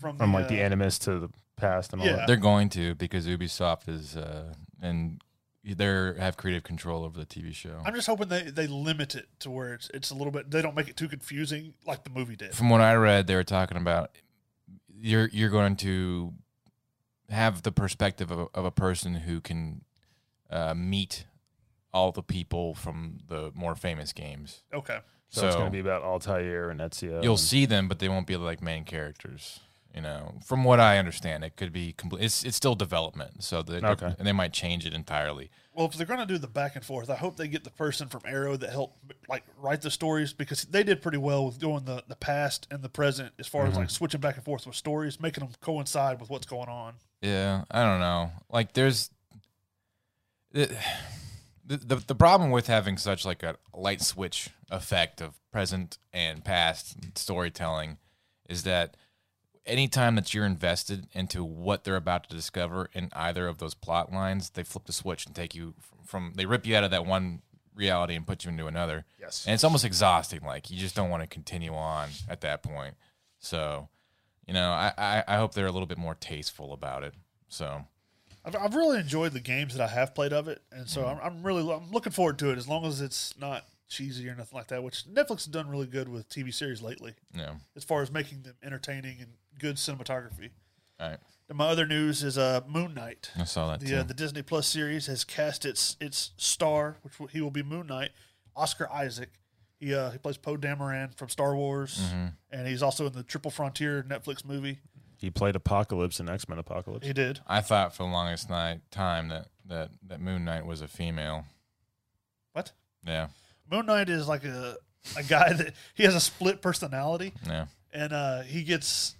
S1: from
S3: From like the
S1: uh,
S3: animus to the past and all
S1: Yeah.
S3: that.
S2: They're going to because Ubisoft is uh, and they have creative control over the TV show.
S1: I'm just hoping they, they limit it to where it's it's a little bit they don't make it too confusing like the movie did.
S2: From what I read, they were talking about you're you're going to have the perspective of a, of a person who can uh, meet all the people from the more famous games.
S1: Okay.
S3: So, it's going to be about Altair and Ezio.
S2: You'll
S3: and-
S2: see them, but they won't be like main characters. You know, from what I understand, it could be complete. It's it's still development, so that
S3: Okay.
S2: and they might change it entirely.
S1: Well, if they're going to do the back and forth, I hope they get the person from Arrow that helped like write the stories because they did pretty well with doing the the past and the present as far as like switching back and forth with stories, making them coincide with what's going on.
S2: Yeah, I don't know. Like, there's the the, the problem with having such like a light switch effect of present and past storytelling is that anytime that you're invested into what they're about to discover in either of those plot lines, they flip the switch and take you from, from they rip you out of that one reality and put you into another. Yes, and it's almost exhausting. Like you just don't want to continue on at that point. So, you know, I, I I hope they're a little bit more tasteful about it. So.
S1: I've, I've really enjoyed the games that I have played of it, and so I'm, I'm really I'm looking forward to it as long as it's not cheesy or nothing like that. Which Netflix has done really good with TV series lately,
S2: Yeah.
S1: as far as making them entertaining and good cinematography.
S2: All right.
S1: And my other news is uh, Moon Knight.
S2: I saw that
S1: The, uh,
S2: too.
S1: the Disney Plus series has cast its its star, which will, he will be Moon Knight, Oscar Isaac. He uh, he plays Poe Dameron from Star Wars, and he's also in the Triple Frontier Netflix movie.
S3: He played Apocalypse and X Men Apocalypse.
S1: He did.
S2: I thought for the longest night time that, that, that Moon Knight was a female.
S1: What?
S2: Yeah.
S1: Moon Knight is like a a guy that he has a split personality,
S2: Yeah.
S1: and uh, he gets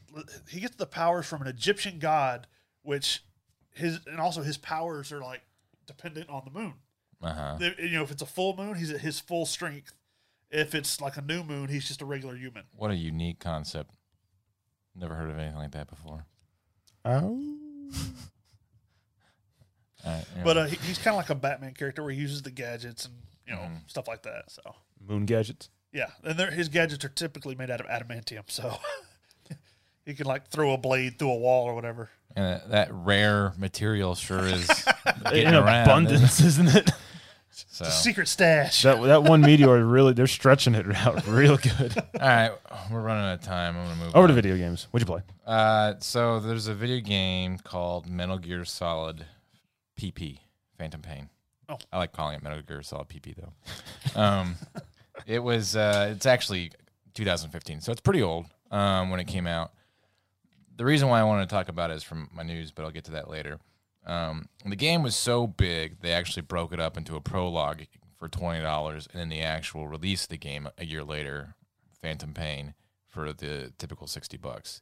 S1: he gets the powers from an Egyptian god, which his and also his powers are like dependent on the moon.
S2: Uh huh.
S1: They- You know, if it's a full moon, he's at his full strength. If it's like a new moon, he's just a regular human.
S2: What a unique concept. Never heard of anything like that before.
S3: Oh.
S2: All right, yeah.
S1: But uh, he, he's kind of like a Batman character where he uses the gadgets and you know
S3: Mm-hmm.
S1: stuff like that. So
S3: Moon gadgets.
S1: yeah, and they're- his gadgets are typically made out of adamantium, so he can like throw a blade through a wall or whatever.
S2: and that, that rare material sure is getting
S3: In
S2: around,
S3: abundance, isn't it?
S2: So.
S1: It's a secret stash.
S3: That that one meteor really they're stretching it out real good.
S2: All right, we're running out of time. I'm gonna move
S3: Over
S2: on.
S3: to video games. What'd you play?
S2: Uh, so there's a video game called Metal Gear Solid PP, Phantom Pain.
S1: Oh.
S2: I like calling it Metal Gear Solid PP though. um, it was uh, it's actually 2015, so it's pretty old um, when it came out. The reason why I wanted to talk about it is from my news, but I'll get to that later. Um, the game was so big they actually broke it up into a prologue for twenty dollars, and then the actual release of the game a year later, Phantom Pain, for the typical sixty bucks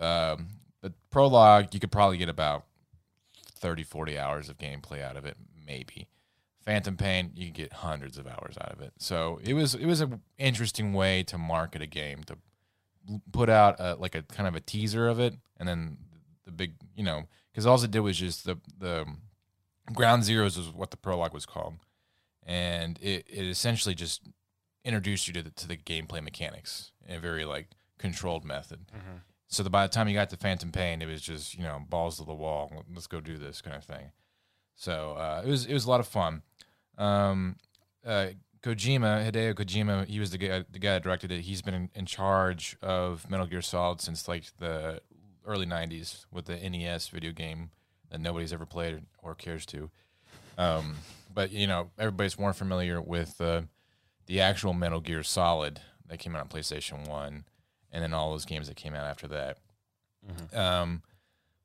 S2: um, the prologue you could probably get about 30 40 hours of gameplay out of it maybe phantom pain you can get hundreds of hours out of it so it was it was an interesting way to market a game to l- put out a, like a kind of a teaser of it and then the big you know because all it did was just the the ground zeros was what the prologue was called and it, it essentially just introduced you to the, to the gameplay mechanics in a very like controlled method so the, by the time you got to Phantom Pain, it was just you know balls to the wall. Let's go do this kind of thing. So uh, it was it was a lot of fun. Um, uh, Kojima Hideo Kojima, he was the guy the guy that directed it. He's been in, in charge of Metal Gear Solid since like the early '90s with the NES video game that nobody's ever played or, or cares to. Um, but you know everybody's more familiar with uh, the actual Metal Gear Solid that came out on PlayStation One and then all those games that came out after that. Um,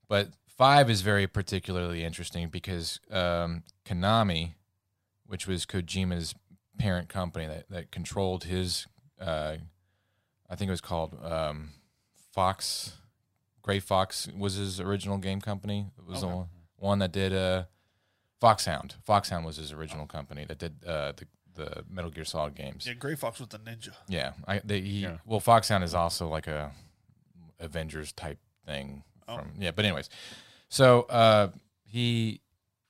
S2: but five is very particularly interesting because um, Konami, which was Kojima's parent company that, that controlled his, uh, I think it was called um, Fox, Gray Fox was his original game company. It was the one, one that did uh, Foxhound. Foxhound was his original company that did uh, the, the Metal Gear Solid games.
S1: Yeah, Gray Fox with the ninja.
S2: Yeah, I they, he
S3: Yeah.
S2: well, Foxhound is also like a Avengers type thing.
S1: Oh.
S2: From, yeah, but anyways, so uh, he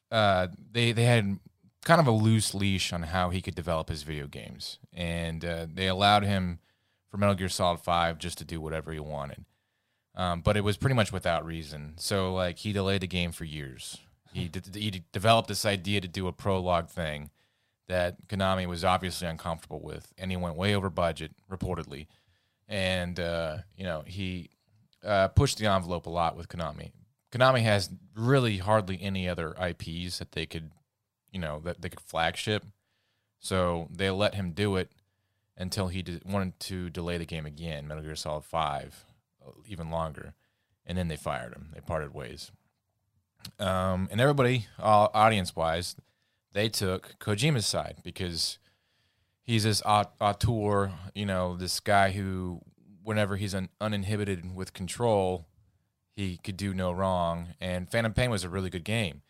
S2: uh, they they had kind of a loose leash on how he could develop his video games, and uh, they allowed him for Metal Gear Solid Five just to do whatever he wanted. Um, but it was pretty much without reason. So like he delayed the game for years. He d- d- he d- developed this idea to do a prologue thing that Konami was obviously uncomfortable with, and he went way over budget reportedly. And uh, you know he uh, pushed the envelope a lot with Konami. Konami has really hardly any other IPs that they could, you know, that they could flagship. So they let him do it until he did, wanted to delay the game again, Metal Gear Solid Five, uh, even longer, and then they fired him. They parted ways. Um, and everybody, uh, audience wise, they took Kojima's side because he's this aut- auteur, you know, this guy who, whenever he's un- uninhibited with control, he could do no wrong. And Phantom Pain was a really good game.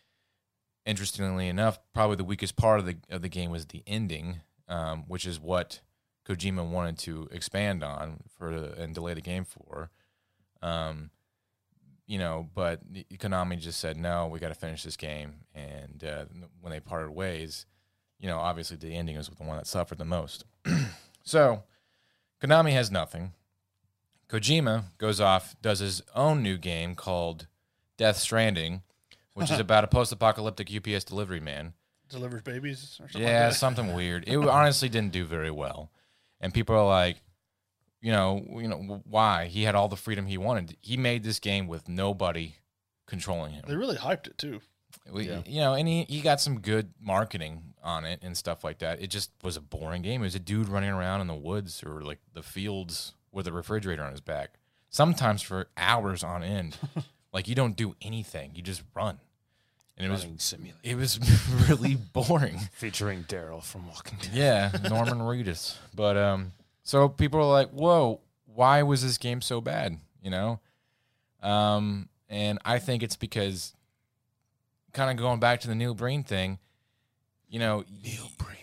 S2: Interestingly enough, probably the weakest part of the of the game was the ending, um, which is what Kojima wanted to expand on for and delay the game for. Um, you know, but E-, Konami just said no. We got to finish this game, and uh, when they parted ways, you know, obviously the ending was the one that suffered the most. so, Konami has nothing. Kojima goes off, does his own new game called Death Stranding, which is about a post-apocalyptic UPS delivery man.
S1: Delivers babies or something
S2: Yeah,
S1: like that.
S2: something weird. It honestly didn't do very well, and people are like, you know, you know, why he had all the freedom he wanted. He made this game with nobody controlling him.
S1: They really hyped it too.
S2: We, You know, and he, he got some good marketing on it and stuff like that. It just was a boring game. It was a dude running around in the woods or like the fields with a refrigerator on his back, sometimes for hours on end. like you don't do anything, you just run. And it was it was really boring.
S3: Featuring Daryl from Walking Dead.
S2: Yeah, Norman Reedus. But um, so people are like, "Whoa, why was this game so bad?" You know, um, and I think it's because, kind of going back to the Neil Breen thing, you know,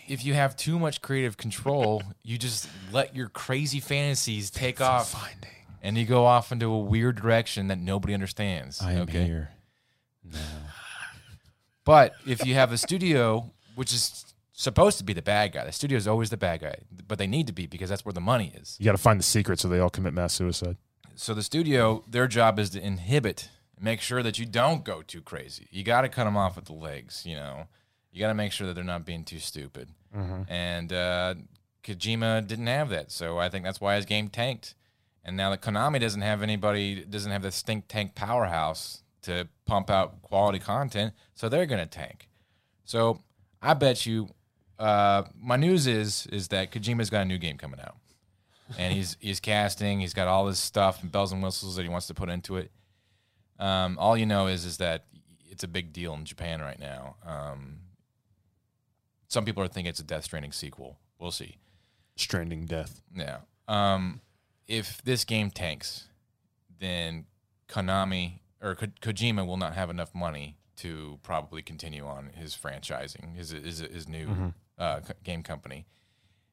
S2: if you have too much creative control, you just let your crazy fantasies take
S3: Ah.
S2: off, and you go off into a weird direction that nobody understands. okay?
S3: here.
S2: But if you have a studio, which is supposed to be the bad guy, the studio is always the bad guy, but they need to be because that's where the money is.
S3: You got to find the secret so they all commit mass suicide.
S2: So the studio, their job is to inhibit, make sure that you don't go too crazy. You got to cut them off at the legs, you know. You got to make sure that they're not being too stupid. And uh, Kojima didn't have that, so I think that's why his game tanked. And now that Konami doesn't have anybody, doesn't have this think tank powerhouse to pump out quality content, so they're going to tank. So I bet you, uh, my news is is that Kojima's got a new game coming out, and he's he's casting. He's got all this stuff and bells and whistles that he wants to put into it. Um, all you know is is that it's a big deal in Japan right now. Um, some people are thinking it's a Death Stranding sequel. We'll see.
S3: Stranding death.
S2: Yeah. Um, if this game tanks, then Konami or Ko- Kojima will not have enough money to probably continue on his franchising, his his, his new uh, co- game company.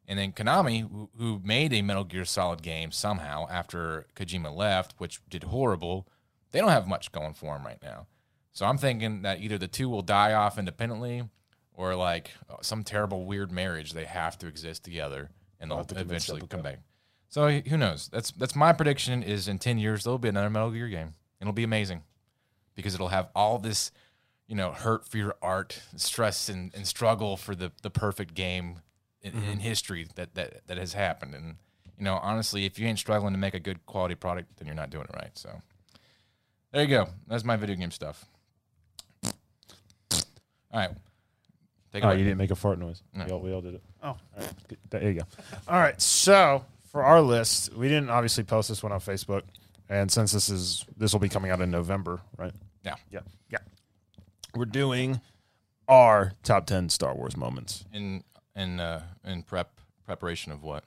S2: And then Konami, who- who made a Metal Gear Solid game somehow after Kojima left, which did horrible, they don't have much going for them right now. So I'm thinking that either the two will die off independently, or like uh, some terrible weird marriage, they have to exist together, and they'll eventually come back. So who knows? That's that's my prediction. Is in ten years there'll be another Metal Gear game. It'll be amazing because it'll have all this, you know, hurt for your art, stress and, and struggle for the, the perfect game in,
S3: Mm-hmm.
S2: in history that, that that has happened. And you know, honestly, if you ain't struggling to make a good quality product, then you're not doing it right. So there you go. That's my video game stuff. All right, take it.
S3: Oh,
S2: away.
S3: you didn't make a fart noise.
S2: No.
S3: We, all, we all did it.
S1: Oh.
S3: Good. There you go. All right. So for our list, we didn't obviously post this one on Facebook. And since this is this will be coming out in November, right?
S2: Yeah.
S3: Yeah. Yeah. We're doing our top 10 Star Wars moments.
S2: In in uh, in prep preparation of what?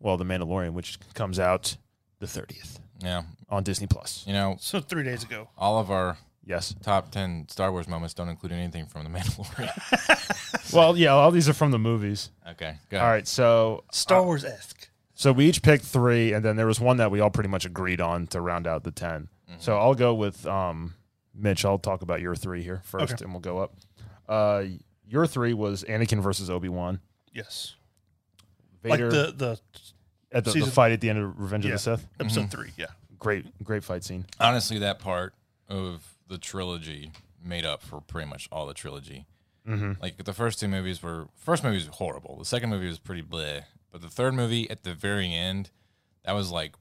S3: Well, The Mandalorian which comes out the 30th
S2: Yeah,
S3: on Disney Plus.
S2: you know,
S1: So three days ago.
S3: Uh,
S2: all of our
S3: Yes.
S2: top ten Star Wars moments don't include anything from The Mandalorian.
S3: Well, yeah, all these are from the movies.
S2: okay, go.
S3: All right, so
S1: Star Wars esque.
S3: so we each picked 3 and then there was one that we all pretty much agreed on to round out the 10.
S2: Mm-hmm.
S3: So I'll go with um Mitch, I'll talk about your 3 here first
S1: Okay.
S3: and we'll go up. Uh your 3 was Anakin versus Obi-Wan.
S1: Yes.
S3: Vader
S1: Like the the
S3: at the, the
S1: season-
S3: fight at the end of Revenge
S1: yeah,
S3: of the Sith. Mm-hmm.
S1: episode three. Yeah.
S3: Great great fight scene.
S2: Honestly, that part of the trilogy made up for pretty much all the trilogy.
S1: Mm-hmm.
S2: Like the first two movies were first movie was horrible. The second movie was pretty bleh, but the third movie at the very end, that was like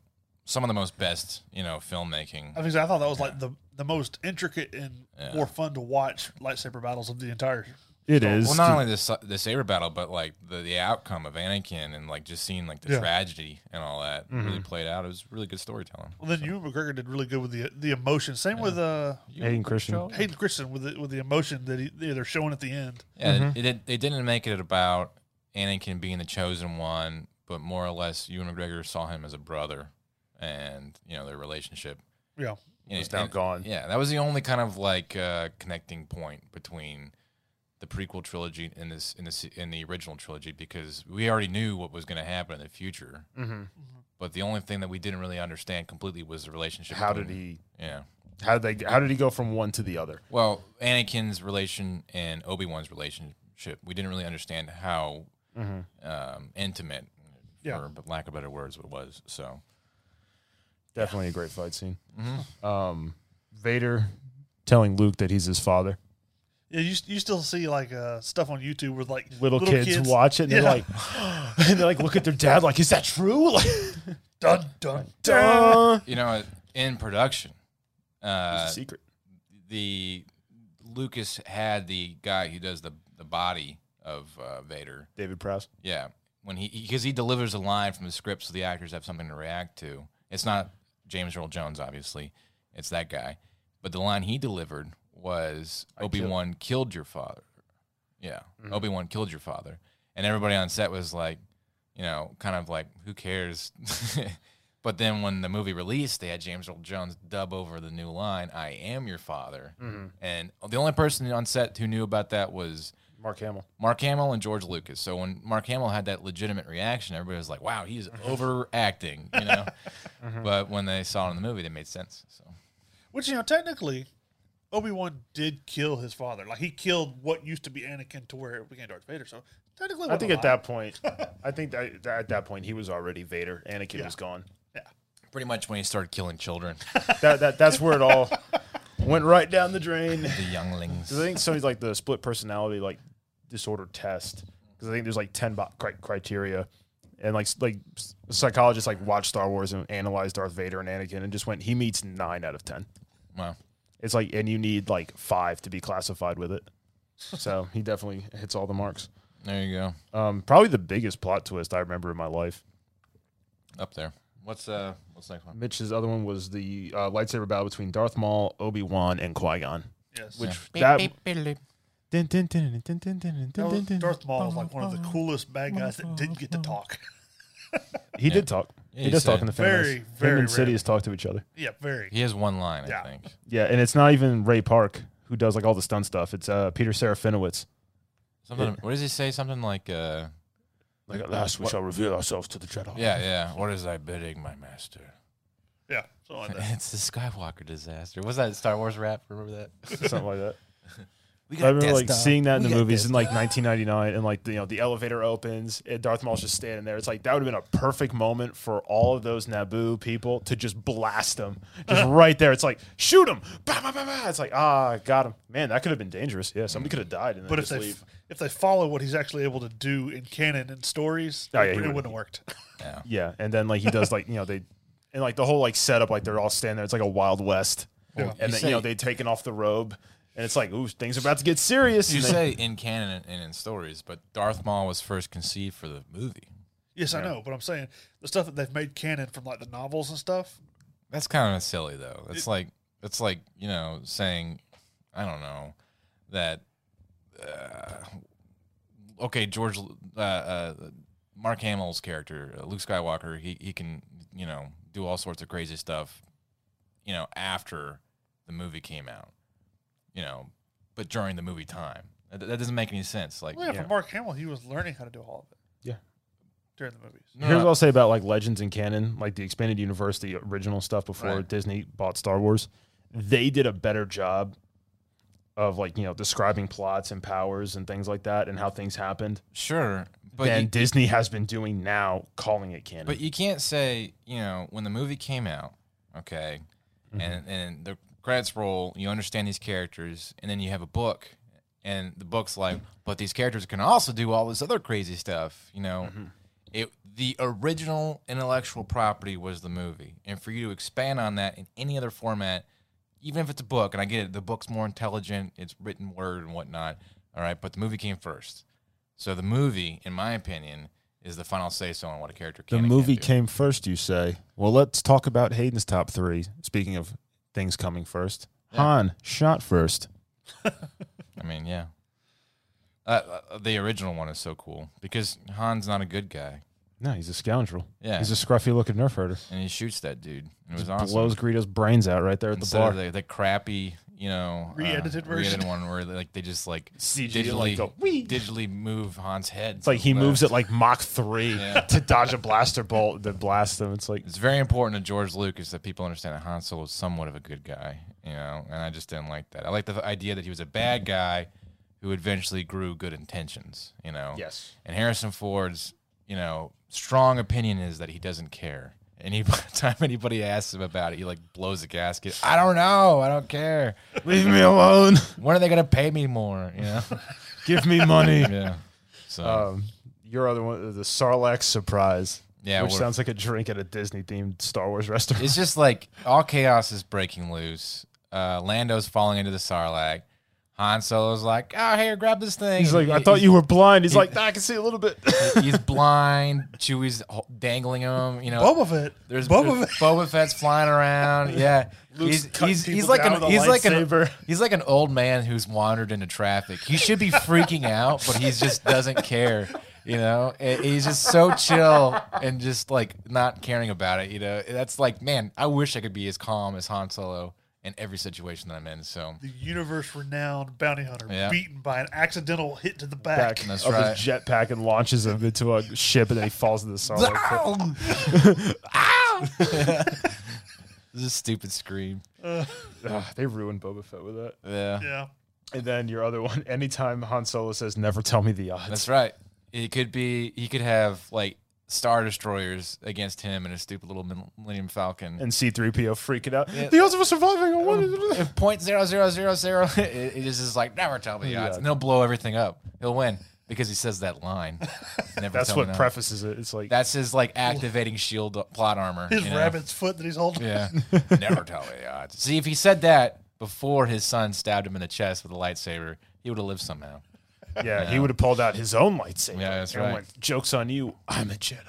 S2: some of the most best you know filmmaking.
S1: I think so. I thought that was like the the most intricate and more fun to watch lightsaber battles of the entire.
S3: It is.
S2: Well, not only this the saber battle, but like the, the outcome of Anakin and like just seeing like the
S1: Yeah. Mm-hmm.
S2: tragedy and all that really played out. It was really good storytelling.
S1: Well, then you and McGregor did really good with the the emotion. Same with uh
S3: Hayden Christian.
S1: Hayden Christian with the, with the emotion that he, they're showing at the end.
S2: Yeah,
S3: Mm-hmm.
S2: it, it, they didn't make it about Anakin being the chosen one, but more or less, Ewan McGregor saw him as a brother, and you know their relationship.
S1: Yeah.
S2: You know,
S3: It's now
S2: and-
S3: gone.
S2: Yeah, that was the only kind of like uh, connecting point between the prequel trilogy and this in this in the original trilogy because we already knew what was going to happen in the future.
S3: Mm-hmm.
S2: But the only thing that we didn't really understand completely was the relationship.
S3: How did
S2: between-
S3: he?
S2: Yeah.
S3: How did they? How did he go from one to the other?
S2: Well, Anakin's relation and Obi Wan's relationship, we didn't really understand how um, intimate,
S1: Yeah.
S2: for but lack of better words, it was. So
S3: Definitely a great fight scene.
S2: Mm-hmm.
S3: Um, Vader telling Luke that he's his father.
S1: Yeah, you, you still see like uh, stuff on YouTube with like
S3: Little, kids, watch it and
S1: Yeah.
S3: they're like, and they like look at their dad like, is that true? Like,
S1: dun dun dun.
S3: duh.
S2: you know, in production, uh,
S3: Secret.
S2: the Lucas had the guy who does the the body of uh, Vader.
S3: David Prowse.
S2: Yeah, when he because he delivers a line from the script, so the actors have something to react to. It's not James Earl Jones, obviously. It's that guy. But the line he delivered was Obi Wan killed your father. Yeah, Obi Wan killed your father, and everybody on set was like, you know, kind of like, who cares? but then when the movie released, they had James Earl Jones dub over the new line, "I am your father," and the only person on set who knew about that was
S3: Mark Hamill.
S2: Mark Hamill and George Lucas. So when Mark Hamill had that legitimate reaction, everybody was like, "Wow, he's overacting," you know. But when they saw it in the movie, they made sense. So
S1: Which you know, technically, Obi Wan did kill his father. Like he killed what used to be Anakin to where it became Darth Vader. So technically, it
S3: I think at
S1: wasn't a lie.
S3: that point, I think that, that at that point he was already Vader. Anakin was gone.
S2: pretty much when he started killing children,
S3: That, that that's where it all went right down the drain.
S2: the younglings.
S3: Because I think somebody's like the split personality like disorder test. Because I think there's like ten bo- cri- criteria, and like s- like s- psychologists like watched Star Wars and analyzed Darth Vader and Anakin and just went he meets nine out of ten.
S2: Wow.
S3: It's like and you need like five to be classified with it. So he definitely hits all the marks.
S2: There you go.
S3: Um, probably the biggest plot twist I remember in my life.
S2: Up there. What's uh? What's the next one?
S3: Mitch's other one was the uh, lightsaber battle between Darth Maul, Obi Wan, and Qui Gon.
S1: Yes.
S3: Which that
S1: That was- Darth Maul was like one of the coolest bad guys that didn't get to talk.
S3: he did talk.
S2: Yeah,
S3: he
S2: he
S3: does talk
S2: said.
S3: in the
S1: Very,
S3: family.
S1: very
S3: Him
S1: rare.
S3: and Sidious talk to each other.
S1: Yeah, very.
S2: He has one line,
S1: Yeah.
S2: I think.
S3: Yeah, and it's not even Ray Park who does like all the stunt stuff. It's uh, Peter Serafinowicz.
S2: Something. What does he say? Something like uh.
S3: Like at last we shall reveal ourselves to the Jedi.
S2: Yeah, yeah. What is I bidding my master?
S1: Yeah, something like that.
S2: It's the Skywalker disaster. Was that Star Wars rap? Remember that?
S3: something like that.
S2: We
S3: I remember
S2: Death
S3: like
S2: Star.
S3: seeing that in
S2: We
S3: the
S2: got
S3: movies
S2: Death
S3: in like 1999, and like the, you know the elevator opens and Darth Maul's just standing there. It's like that would have been a perfect moment for all of those Naboo people to just blast them, just right there. It's like shoot him, bah, bah, bah, bah. It's like ah, got him. Man, that could have been dangerous. Yeah, somebody could have died. And then
S1: But if
S3: just
S1: they
S3: leave.
S1: if they follow what he's actually able to do in canon and stories,
S3: Oh, yeah,
S1: it,
S3: he
S1: wouldn't- it
S3: wouldn't.
S1: wouldn't have worked.
S3: Yeah, and then like he does like you know they and like the whole like setup like they're all standing there. It's like a Wild West, and then you know
S2: say-
S3: they taken off the robe, and it's like ooh things are about to get serious.
S2: You
S3: and they-
S2: say in canon and in stories, but Darth Maul was first conceived for the movie.
S1: Yes, I know, but I'm saying the stuff that they've made canon from like the novels and stuff,
S2: That's kind of silly though. It's like it's like you know saying, I don't know that. Uh, okay, George, uh, uh, Mark Hamill's character, uh, Luke Skywalker, he he can you know do all sorts of crazy stuff, you know, after the movie came out, you know, but during the movie time, that, that doesn't make any sense. Like,
S1: Well, yeah,
S3: Yeah.
S1: for Mark Hamill, he was learning how to do all of it.
S3: Yeah.
S1: During the movies.
S2: no,
S3: Here's what I'll say about like legends and canon, like the expanded universe, the original stuff before
S2: Right.
S3: Disney bought Star Wars. They did a better job of like you know describing plots and powers and things like that and how things happened
S2: sure, but
S3: than
S2: you-
S3: Disney has been doing now, calling it canon.
S2: But you can't say, you know, when the movie came out, okay, and and the credits roll, you understand these characters, and then you have a book, and the book's like, but these characters can also do all this other crazy stuff, you know. It the original intellectual property was the movie, and for you to expand on that in any other format, even if it's a book, and I get it, the book's more intelligent, it's written word and whatnot, all right, but the movie came first. So the movie, in my opinion, is the final say so on what a character can.
S3: The
S2: and can't
S3: movie
S2: do.
S3: came first, you say. Well, let's talk about Hayden's top three. Speaking of things coming first, Han shot first.
S2: I mean, yeah. Uh, uh, the original one is so cool because Han's not a good guy,
S3: No, he's a scoundrel.
S2: Yeah.
S3: he's a scruffy looking nerf herder.
S2: and he shoots that dude. It was awesome.
S3: Blows Greedo's brains out right there at the
S2: Instead
S3: bar.
S2: of the, the crappy, you know, uh,
S1: Re-edited version.
S2: re-edited one where they, like they just like
S3: CG,
S2: digitally
S3: like, go, "Wee."
S2: digitally move Han's head.
S3: It's like he moves at like Mach three
S2: Yeah.
S3: to dodge a blaster bolt that blasts him. It's like
S2: It's very important to George Lucas that people understand that Han Solo is somewhat of a good guy, you know, and I just didn't like that. I like the idea that he was a bad guy who eventually grew good intentions, you know.
S3: Yes.
S2: And Harrison Ford's, you know, strong opinion is that he doesn't care. Any time anybody asks him about it, he like blows a gasket. I don't know. I don't care.
S3: leave me alone,
S2: When are they gonna pay me more? You know.
S3: give me money.
S2: yeah. So
S3: Um, your other one, the Sarlacc surprise.
S2: Yeah,
S3: which
S2: what-
S3: sounds like a drink at a Disney themed Star Wars restaurant.
S2: it's just like all chaos is breaking loose. Uh, Lando's falling into the Sarlacc. Han Solo's like, oh, here, grab this thing.
S3: He's like,
S2: He-
S3: I thought you were blind. He's
S2: he-
S3: like, "Nah, I can see a little bit.
S2: He's blind. Chewie's ho- dangling him. You know,
S1: Boba Fett.
S2: There's
S1: Boba
S2: Boba,
S1: Fett.
S2: Fett's flying around. Yeah,
S1: Luke's
S2: he's
S1: cutting
S2: he's,
S1: people
S2: he's like
S1: down
S2: an
S1: with a
S2: he's like an
S3: lightsaber.
S2: he's like an old man who's wandered into traffic. He should be freaking out, but he just doesn't care. You know, And he's just so chill and just like not caring about it. You know, that's like, man, I wish I could be as calm as Han Solo in every situation that I'm in. So
S1: The universe renowned bounty hunter
S2: Yeah.
S1: beaten by an accidental hit to the back.
S3: back
S2: That's
S3: of
S2: right.
S3: his jetpack and launches him into a ship, and then he falls into the Sarlacc. pit.
S1: Oh,
S2: Ah! this is a stupid scream.
S3: Ugh, they ruined Boba Fett with that.
S2: Yeah,
S1: Yeah.
S3: And then your other one, anytime Han Solo says, "Never tell me the odds,"
S2: that's right. He could be. He could have like star destroyers against him and a stupid little Millennium Falcon.
S3: and C-3PO freaking out. The odds of us surviving are one.
S2: if point zero zero zero zero, it, it is just like never tell me the odds,
S3: Yeah.
S2: and he'll blow everything up. He'll win because he says that line. Never
S3: That's
S2: tell
S3: what
S2: me the odds.
S3: prefaces it. It's like
S2: That's his like activating shield plot armor.
S1: His
S2: you know?
S1: rabbit's foot that he's holding.
S2: Yeah, never tell me the odds. See, if he said that before his son stabbed him in the chest with a lightsaber, he would have lived somehow.
S3: Yeah, he would have pulled out his own lightsaber.
S2: Yeah, that's
S3: and
S2: right.
S3: went, Joke's on you. I'm a Jedi.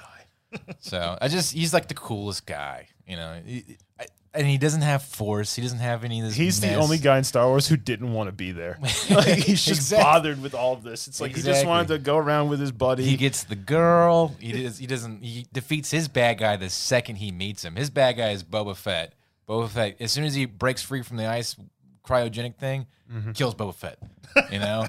S2: So I just he's like the coolest guy, you know. He- I- and he doesn't have force. He doesn't have any of this.
S3: He's the
S2: mess.
S3: only guy in Star Wars who didn't want to be there. Like, he's just
S2: Exact-
S3: bothered with all of this. It's like he just
S2: Exactly.
S3: wanted to go around with his buddy.
S2: He gets the girl. He does, he doesn't. He defeats his bad guy the second he meets him. His bad guy is Boba Fett. Boba Fett. As soon as he breaks free from the ice cryogenic thing,
S3: Mm-hmm.
S2: kills Boba Fett. You know,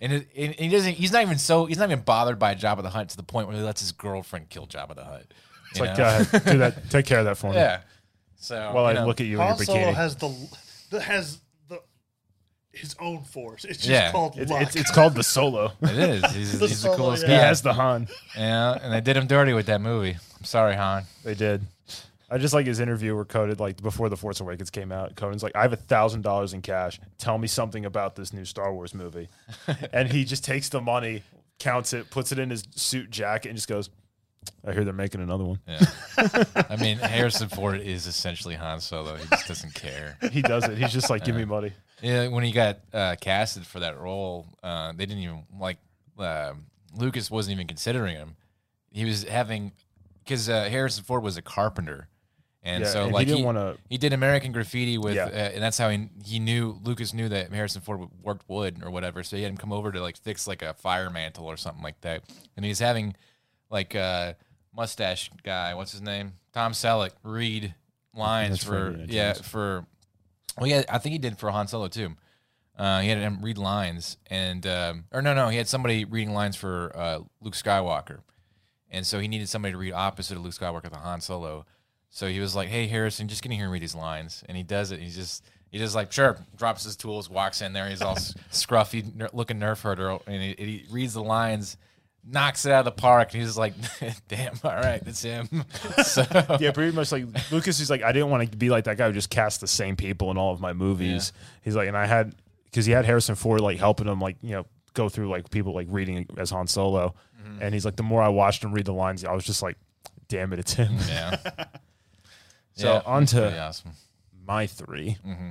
S2: and, it, and and he doesn't. He's not even so. He's not even bothered by Jabba the Hutt to the point where he lets his girlfriend kill Jabba the Hutt.
S3: it's like, go ahead, do that. Take care of that for me.
S2: yeah. So
S3: While
S2: you
S3: I
S2: know,
S3: look at you in
S1: Han
S3: your
S1: Solo
S3: bikini.
S1: has the that has the his own force. It's just
S2: Yeah.
S1: called
S3: It-
S1: luck.
S3: it's, it's called the solo.
S2: It is. He's,
S1: The
S2: he's the
S1: solo,
S2: coolest
S1: yeah.
S2: guy.
S3: He has the Han.
S2: yeah, and they did him dirty with that movie. I'm sorry, Han.
S3: They did. I just like his interview where Conan, like before The Force Awakens came out, Conan's like, I have a thousand dollars in cash. Tell me something about this new Star Wars movie. and he just takes the money, counts it, puts it in his suit jacket, and just goes, I hear they're making another one.
S2: Yeah. I mean, Harrison Ford is essentially Han Solo. He just doesn't care.
S3: He does it. He's just like, Give me money.
S2: Yeah, when he got uh, casted for that role, uh, they didn't even like uh, Lucas wasn't even considering him. He was having because uh, Harrison Ford was a carpenter, And
S3: Yeah,
S2: so
S3: and he
S2: like
S3: didn't wanna-
S2: he did American Graffiti with,
S3: Yeah.
S2: uh, and that's how he he knew Lucas knew that Harrison Ford w- worked wood or whatever. So he had him come over to like fix like a fire mantle or something like that. And he's having like uh, mustache guy, what's his name, Tom Selleck, read lines
S3: That's for
S2: for
S3: Indiana
S2: yeah
S3: Jones.
S2: for well yeah I think he did for Han Solo too. Uh, he had him read lines, and um, or no, no, he had somebody reading lines for uh, Luke Skywalker, and so he needed somebody to read opposite of Luke Skywalker to Han Solo. So he was like, "Hey, Harrison, just gonna hear me read these lines," and he does it. He's just he just like sure drops his tools, walks in there. He's all s- scruffy ner- looking nerf herder, and he, he reads the lines. Knocks it out of the park, and he's just like, "Damn, all right, that's him." so,
S3: yeah, pretty much like Lucas is like, I didn't want to be like that guy who just cast the same people in all of my movies. He's like, and I had because he had Harrison Ford like helping him like you know go through like people like reading as Han Solo, and he's like, the more I watched him read the lines, I was just like, damn it, it's him.
S2: yeah.
S3: So, on
S2: that's
S3: to-
S2: pretty awesome.
S3: my 3 Mm-hmm.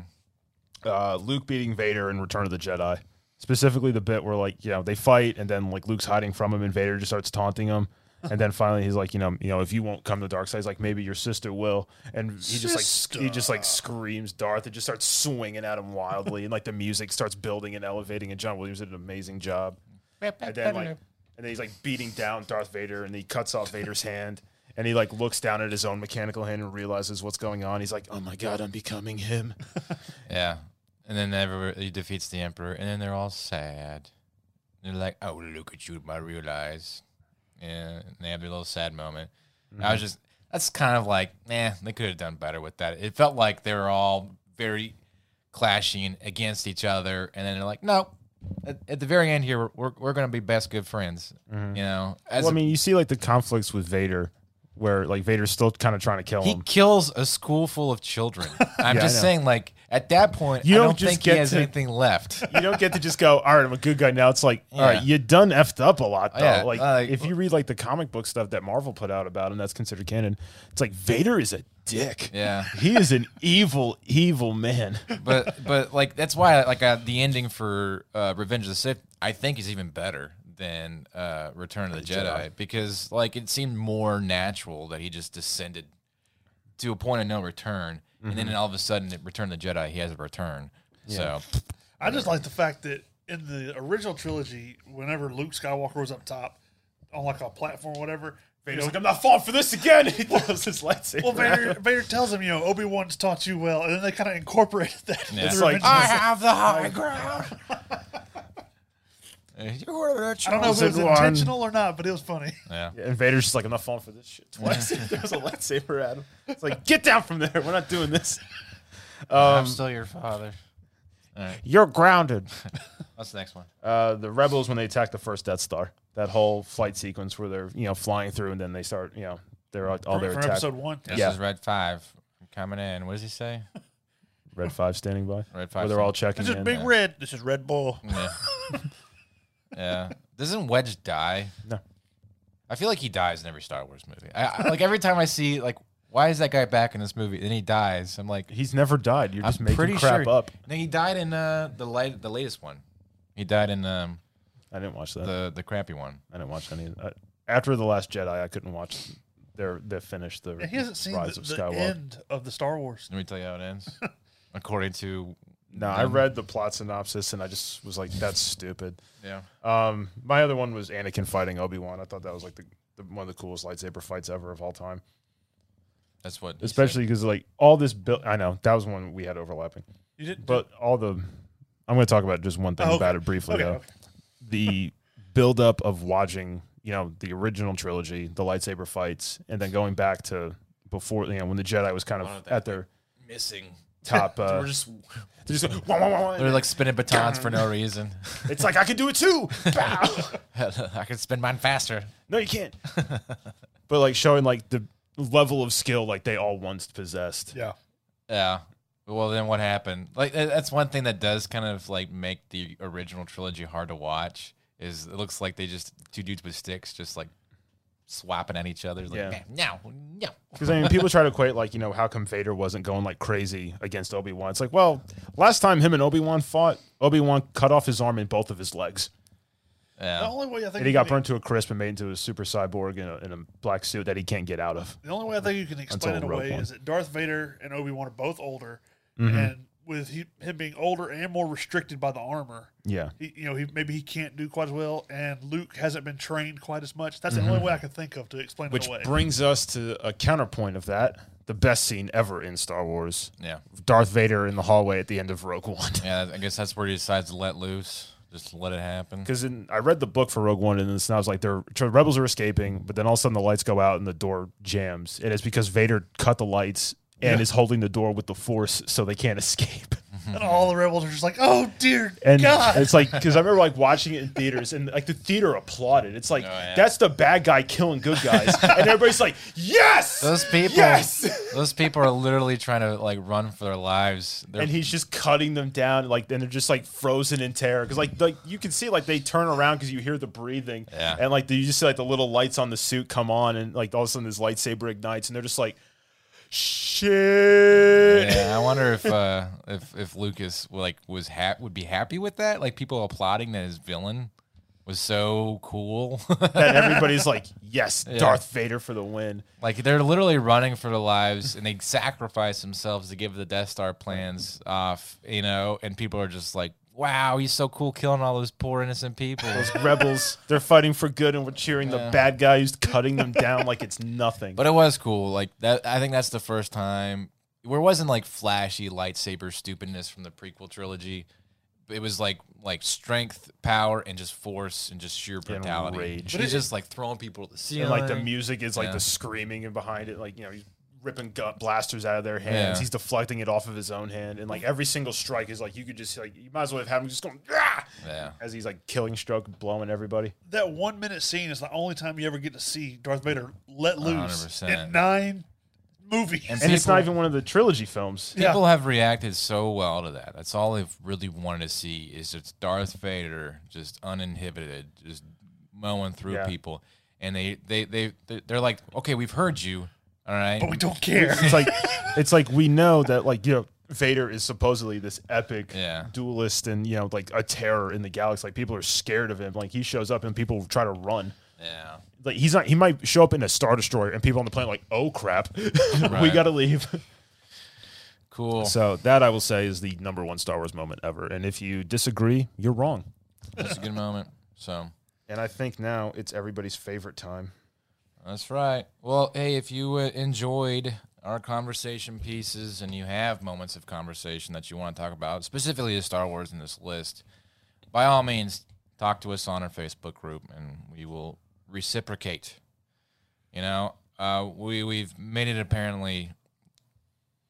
S3: Uh, Luke beating Vader in Return of the Jedi. Specifically, the bit where like you know they fight, and then like Luke's hiding from him, and Vader just starts taunting him, and then finally he's like, you know, you know, if you won't come to the dark side, he's like maybe your sister will, and he just like sc- he just like screams Darth, and just starts swinging at him wildly, and like the music starts building and elevating, and John Williams did an amazing job and then like and then he's like beating down Darth Vader and he cuts off Vader's hand and he like looks down at his own mechanical hand and realizes what's going on. He's like, "Oh my god, I'm becoming him."
S2: Yeah. And then everybody he defeats the Emperor, and then they're all sad. They're like, "Oh, look at you, my real eyes." Yeah, and they have their little sad moment. I
S3: Mm-hmm.
S2: was just, that's kind of like, eh, they could have done better with that. It felt like they were all very clashing against each other, and then they're like, "No." At, at the very end here, we're we're, we're going to be best good friends. You know, as
S3: Mm-hmm. Well, I mean, you see like the conflicts with Vader where like Vader's still kind of trying to kill
S2: He
S3: him.
S2: kills a school full of children. I'm
S3: I
S2: just
S3: know.
S2: saying, like at that point,
S3: You
S2: I
S3: don't
S2: don't
S3: just
S2: think he
S3: get
S2: has
S3: to-
S2: anything left.
S3: You don't get to just go, "All right, I'm a good guy now." It's like, "All
S2: Yeah.
S3: right, you done effed up a lot though."
S2: Yeah,
S3: Oh, like
S2: like-
S3: if you read like the comic book stuff that Marvel put out about him that's considered canon, it's like Vader is a dick.
S2: Yeah.
S3: He is an evil evil man.
S2: but but like that's why like uh, the ending for uh, Revenge of the Sith I think is even better than uh, Return of the Jedi, because like it seemed more natural that he just descended to a point of no return, and then all of a sudden, at Return of the Jedi, he has a return. So
S1: I just like the fact that in the original trilogy, whenever Luke Skywalker was up top on like a platform or whatever,
S3: Vader's
S1: you
S3: like,
S1: know,
S3: I'm not falling for this again. He throws his lightsaber.
S1: "Oh, well, Vader, Vader tells him, you know, Obi Wan's taught you well, and then they kind of incorporated that.
S2: Yeah.
S1: into
S2: It's
S1: the
S3: like,
S1: original-
S2: I have the high ground. You're
S1: I don't know if it was
S3: Obi-Wan.
S1: intentional or not, but it was funny.
S2: Yeah.
S3: And Vader's just like, I'm not falling for this shit twice. There's a lightsaber at him. It's like, get down from there. We're not doing this. Um,
S2: I'm still your father.
S3: You're grounded.
S2: What's the next one?
S3: Uh, the rebels when they attack the first Death Star. That whole flight sequence where they're you know flying through and then they start you know they're all, all
S1: From,
S3: their
S1: from
S3: attack.
S1: episode one,
S2: This
S3: Yeah.
S2: is Red Five coming in. What does he say?
S3: Red Five standing by.
S2: Red
S3: Where
S2: Five
S3: they're all
S1: this
S3: checking
S1: is
S3: in.
S1: Big Red. This is Red Bull.
S2: Yeah. yeah. Doesn't Wedge die?
S3: No.
S2: I feel like he dies in every Star Wars movie. I, I- like every time I see like why is that guy back in this movie? Then he dies. I'm like
S3: He's never died. You're just
S2: I'm pretty
S3: making crap
S2: sure.
S3: up.
S2: No, he died in uh, the light, the latest one. He died in um,
S3: I didn't watch that.
S2: the the crappy one.
S3: I didn't watch any. Uh, after the Last Jedi, I couldn't watch. Their they finished the
S1: And he hasn't seen
S3: Rise
S1: the,
S3: of
S1: the
S3: Skywalker.
S1: end of the Star Wars.
S2: Let me tell you how it ends. According to
S3: No, I read the plot synopsis and I just was like, that's stupid.
S2: yeah,
S3: Um, my other one was Anakin fighting Obi Wan. I thought that was like the, the one of the coolest lightsaber fights ever of all time.
S2: that's what. he said.
S3: Especially because like all this build, I know that was one we had overlapping,
S1: You didn't,
S3: but all the I'm going to talk about just one thing
S1: Oh, okay.
S3: about it briefly
S1: Okay,
S3: though.
S1: okay.
S3: The build up of watching, you know, the original trilogy, the lightsaber fights, and then going back to before, you know, when the Jedi was kind
S2: Wow,
S3: of
S2: that-
S3: at their
S2: missing.
S3: top. Uh,
S2: We're just
S3: they're just like, "Wah, wah, wah, wah,"
S2: they're like spinning batons for no reason.
S3: it's like I can do it too. Bow.
S2: I could spin mine faster.
S3: No, you can't. but like showing like the level of skill like they all once possessed.
S1: yeah,
S2: Yeah. Well, then what happened? Like tha- that's one thing that does kind of like make the original trilogy hard to watch. Is it looks like they just two dudes with sticks just like swapping at each other. Like
S3: Yeah.
S2: "Man, no, no.
S3: Because I mean, people try to equate like you know how come Vader wasn't going like crazy against Obi Wan. It's like, well, last time him and Obi Wan fought, Obi Wan cut off his arm and both of his legs.
S1: The
S2: Yeah.
S1: only way I think
S3: And he
S1: you
S3: got
S1: can-
S3: burned to a crisp and made into a super cyborg in a, in a black suit that he can't get out of.
S1: The only way I think you can explain it
S3: Until Rogue
S1: away
S3: One. Mm-hmm.
S1: is that Darth Vader and Obi Wan are both older, and with he, him being older and more restricted by the armor,
S3: Yeah.
S1: he, you know, he maybe he can't do quite as well, and Luke hasn't been trained quite as much. That's the only way I can think of to explain
S3: Mm-hmm. Which
S1: it away.
S3: brings us to a counterpoint of that. The best scene ever in Star Wars.
S2: Yeah.
S3: Darth Vader in the hallway at the end of Rogue One.
S2: Yeah. I guess that's where he decides to let loose. Just let it happen.
S3: Because I read the book for Rogue One, and it's now it's like they're tr- rebels are escaping, but then all of a sudden the lights go out and the door jams, and it's because Vader cut the lights and is holding the door with the Force, so they can't escape.
S1: and all the rebels are just like, "Oh dear
S3: And
S1: God!"
S3: it's like because I remember like watching it in theaters, and like the theater applauded. It's like
S2: yeah.
S3: that's the bad guy killing good guys, and everybody's like, "Yes,
S2: Those people,
S3: yes!"
S2: those people are literally trying to like run for their lives. They're,
S3: and he's just cutting them down like and they're just like frozen in terror because like like you can see like they turn around because you hear the breathing
S2: Yeah.
S3: and like you just see like the little lights on the suit come on and like all of a sudden this lightsaber ignites and they're just like shit
S2: yeah, I wonder if uh, if if Lucas like was ha- would be happy with that. Like people applauding that his villain was so cool.
S3: and everybody's like yes Darth Vader for the win
S2: Like they're literally running for their lives, and they sacrifice themselves to give the Death Star plans off. You know, and people are just like, "Wow, he's so cool, killing all those poor innocent people."
S3: rebels they're fighting for good and we're cheering the bad guy who's cutting them down like it's nothing
S2: but it was cool. Like that, I think that's the first time where it wasn't like flashy lightsaber stupidness from the prequel trilogy. It was like like strength, power, and just force, and just sheer brutality.
S3: rage.
S2: She's just like throwing people to the ceiling.
S3: and like the music is like
S2: Yeah.
S3: the screaming and behind it like you know he's ripping gut blasters out of their hands
S2: Yeah.
S3: he's deflecting it off of his own hand and like every single strike is like you could just like you might as well have had him just going ah!
S2: Yeah.
S3: as he's like killing stroke blowing everybody
S1: that one minute scene is the only time you ever get to see Darth Vader let loose
S2: 100%.
S1: in nine movies.
S2: And
S3: and it's not
S2: People-
S3: even one of the trilogy films
S1: Yeah.
S2: People have reacted so well to that. That's all they've really wanted to see is just Darth Vader just uninhibited, just mowing through
S3: Yeah.
S2: people. And they they they they're like, okay, we've heard you, all right.
S1: but we don't care.
S3: it's like it's like we know that like you know Vader is supposedly this epic
S2: Yeah.
S3: duelist and you know like a terror in the galaxy like people are scared of him like he shows up and people try to run
S2: yeah,
S3: like he's not he might show up in a star destroyer and people on the plane are like oh crap we
S2: Right.
S3: got to leave
S2: cool.
S3: So that I will say is the number one Star Wars moment ever. And if you disagree, you're wrong.
S2: That's a good moment. So
S3: And I think now it's everybody's favorite time.
S2: that's right. Well, hey, if you uh, enjoyed our conversation pieces and you have moments of conversation that you want to talk about, specifically to Star Wars in this list, by all means, talk to us on our Facebook group, and we will reciprocate. You know, uh, we we've made it apparently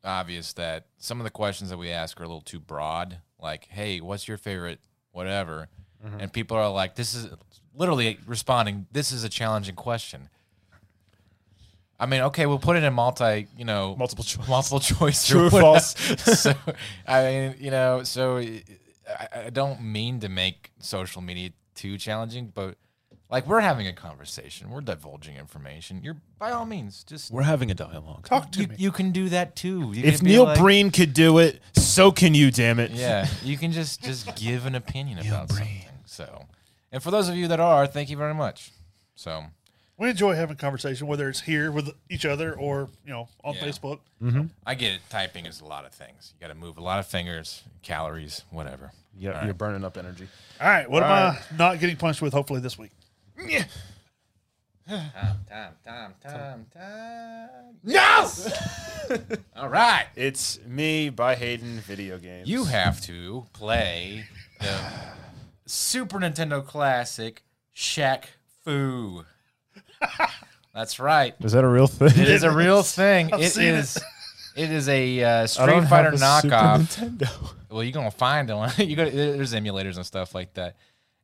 S2: obvious that some of the questions that we ask are a little too broad. Like, hey, what's your favorite whatever?
S3: Mm-hmm.
S2: And people are like, this is literally responding. This is a challenging question. I mean, okay, we'll put it in multi, you know,
S3: Multiple choice.
S2: multiple choice,
S3: True or
S2: whatever.
S3: false?
S2: so, I mean, you know, so I, I don't mean to make social media too challenging, but like we're having a conversation, we're divulging information. You're by all means just
S3: We're having a dialogue.
S1: Talk to
S2: you,
S1: me.
S2: you can do that too. You
S3: If
S2: can be
S3: Neil
S2: like-
S3: Breen could do it, so can you, damn it.
S2: yeah, you can just just give an opinion about something. So, and for those of you that are, thank you very much. So,
S1: we enjoy having conversation, whether it's here with each other or you know on
S2: Yeah.
S1: Facebook.
S2: I get it. Typing is a lot of things. You got to move a lot of fingers, calories, whatever.
S3: Yeah, you're burning up energy.
S1: All right, what
S3: All
S1: am I not getting punched with? Hopefully this week.
S2: Time, time, time, time, time.
S3: No!
S2: All right.
S3: It's me by Hayden Video Games.
S2: You have to play the Super Nintendo Classic Shaq Fu. That's right.
S3: Is that a real thing?
S2: It is a real thing. It is.
S1: seen it.
S2: It is a uh,
S3: I don't
S2: Street Fighter
S3: have a Super
S2: knockoff.
S3: Nintendo.
S2: Well, you're gonna find one. you go. There's emulators and stuff like that.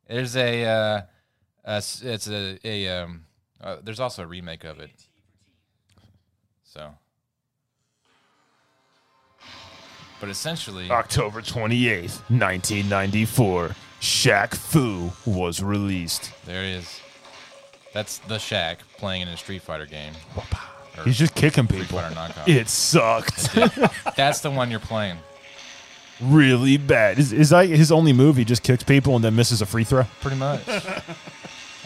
S2: There's a. Uh, a s- it's a. a um, uh, there's also a remake of it. So. But essentially,
S3: October 28th, 1994. Shaq Fu was released.
S2: there it is. That's the Shaq playing in a Street Fighter game. Or
S3: He's just kicking
S2: Street
S3: people.
S2: Fighter knockoff.
S3: It sucked.
S2: That's the one you're playing.
S3: really bad. Is, is that his only move? He just kicks people and then misses a free throw.
S2: pretty much.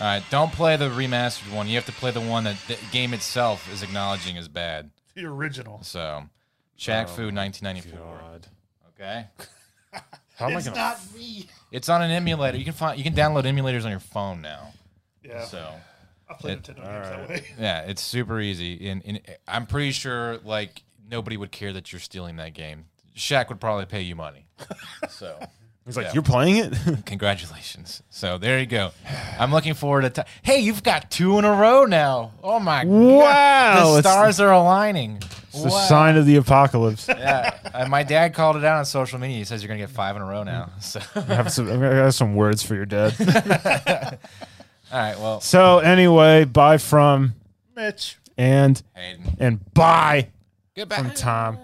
S2: All right, don't play the remastered one. You have to play the one that the game itself is acknowledging as bad.
S1: The original.
S2: So, Shaq Fu, 1994. Okay,
S3: How am I
S1: It's
S3: gonna?
S1: not me.
S2: it's on an emulator. You can find you can download emulators on your phone now.
S1: Yeah,
S2: So.
S1: I played
S2: it-
S1: Nintendo games that way.
S2: Yeah, it's super easy, and, and I'm pretty sure like nobody would care that you're stealing that game. Shaq would probably pay you money. So,
S3: He's like,
S2: Yeah.
S3: you're playing it.
S2: congratulations. So there you go. I'm looking forward to. T- hey, you've got two in a row now. Oh my!
S3: Wow,
S2: the
S3: it's-
S2: stars are aligning.
S3: it's the sign of the apocalypse.
S2: Yeah, uh, my dad called it out on social media. He says you're gonna get five in a row now. So, all
S3: I have some, I have some words for your dad.
S2: right. Well,
S3: so anyway, bye from
S1: Mitch.
S3: and
S2: Hayden,
S3: and bye
S2: get back.
S3: from Tom.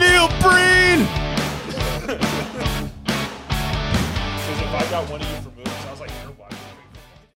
S3: Neil Breen.
S1: Because if I got one of you from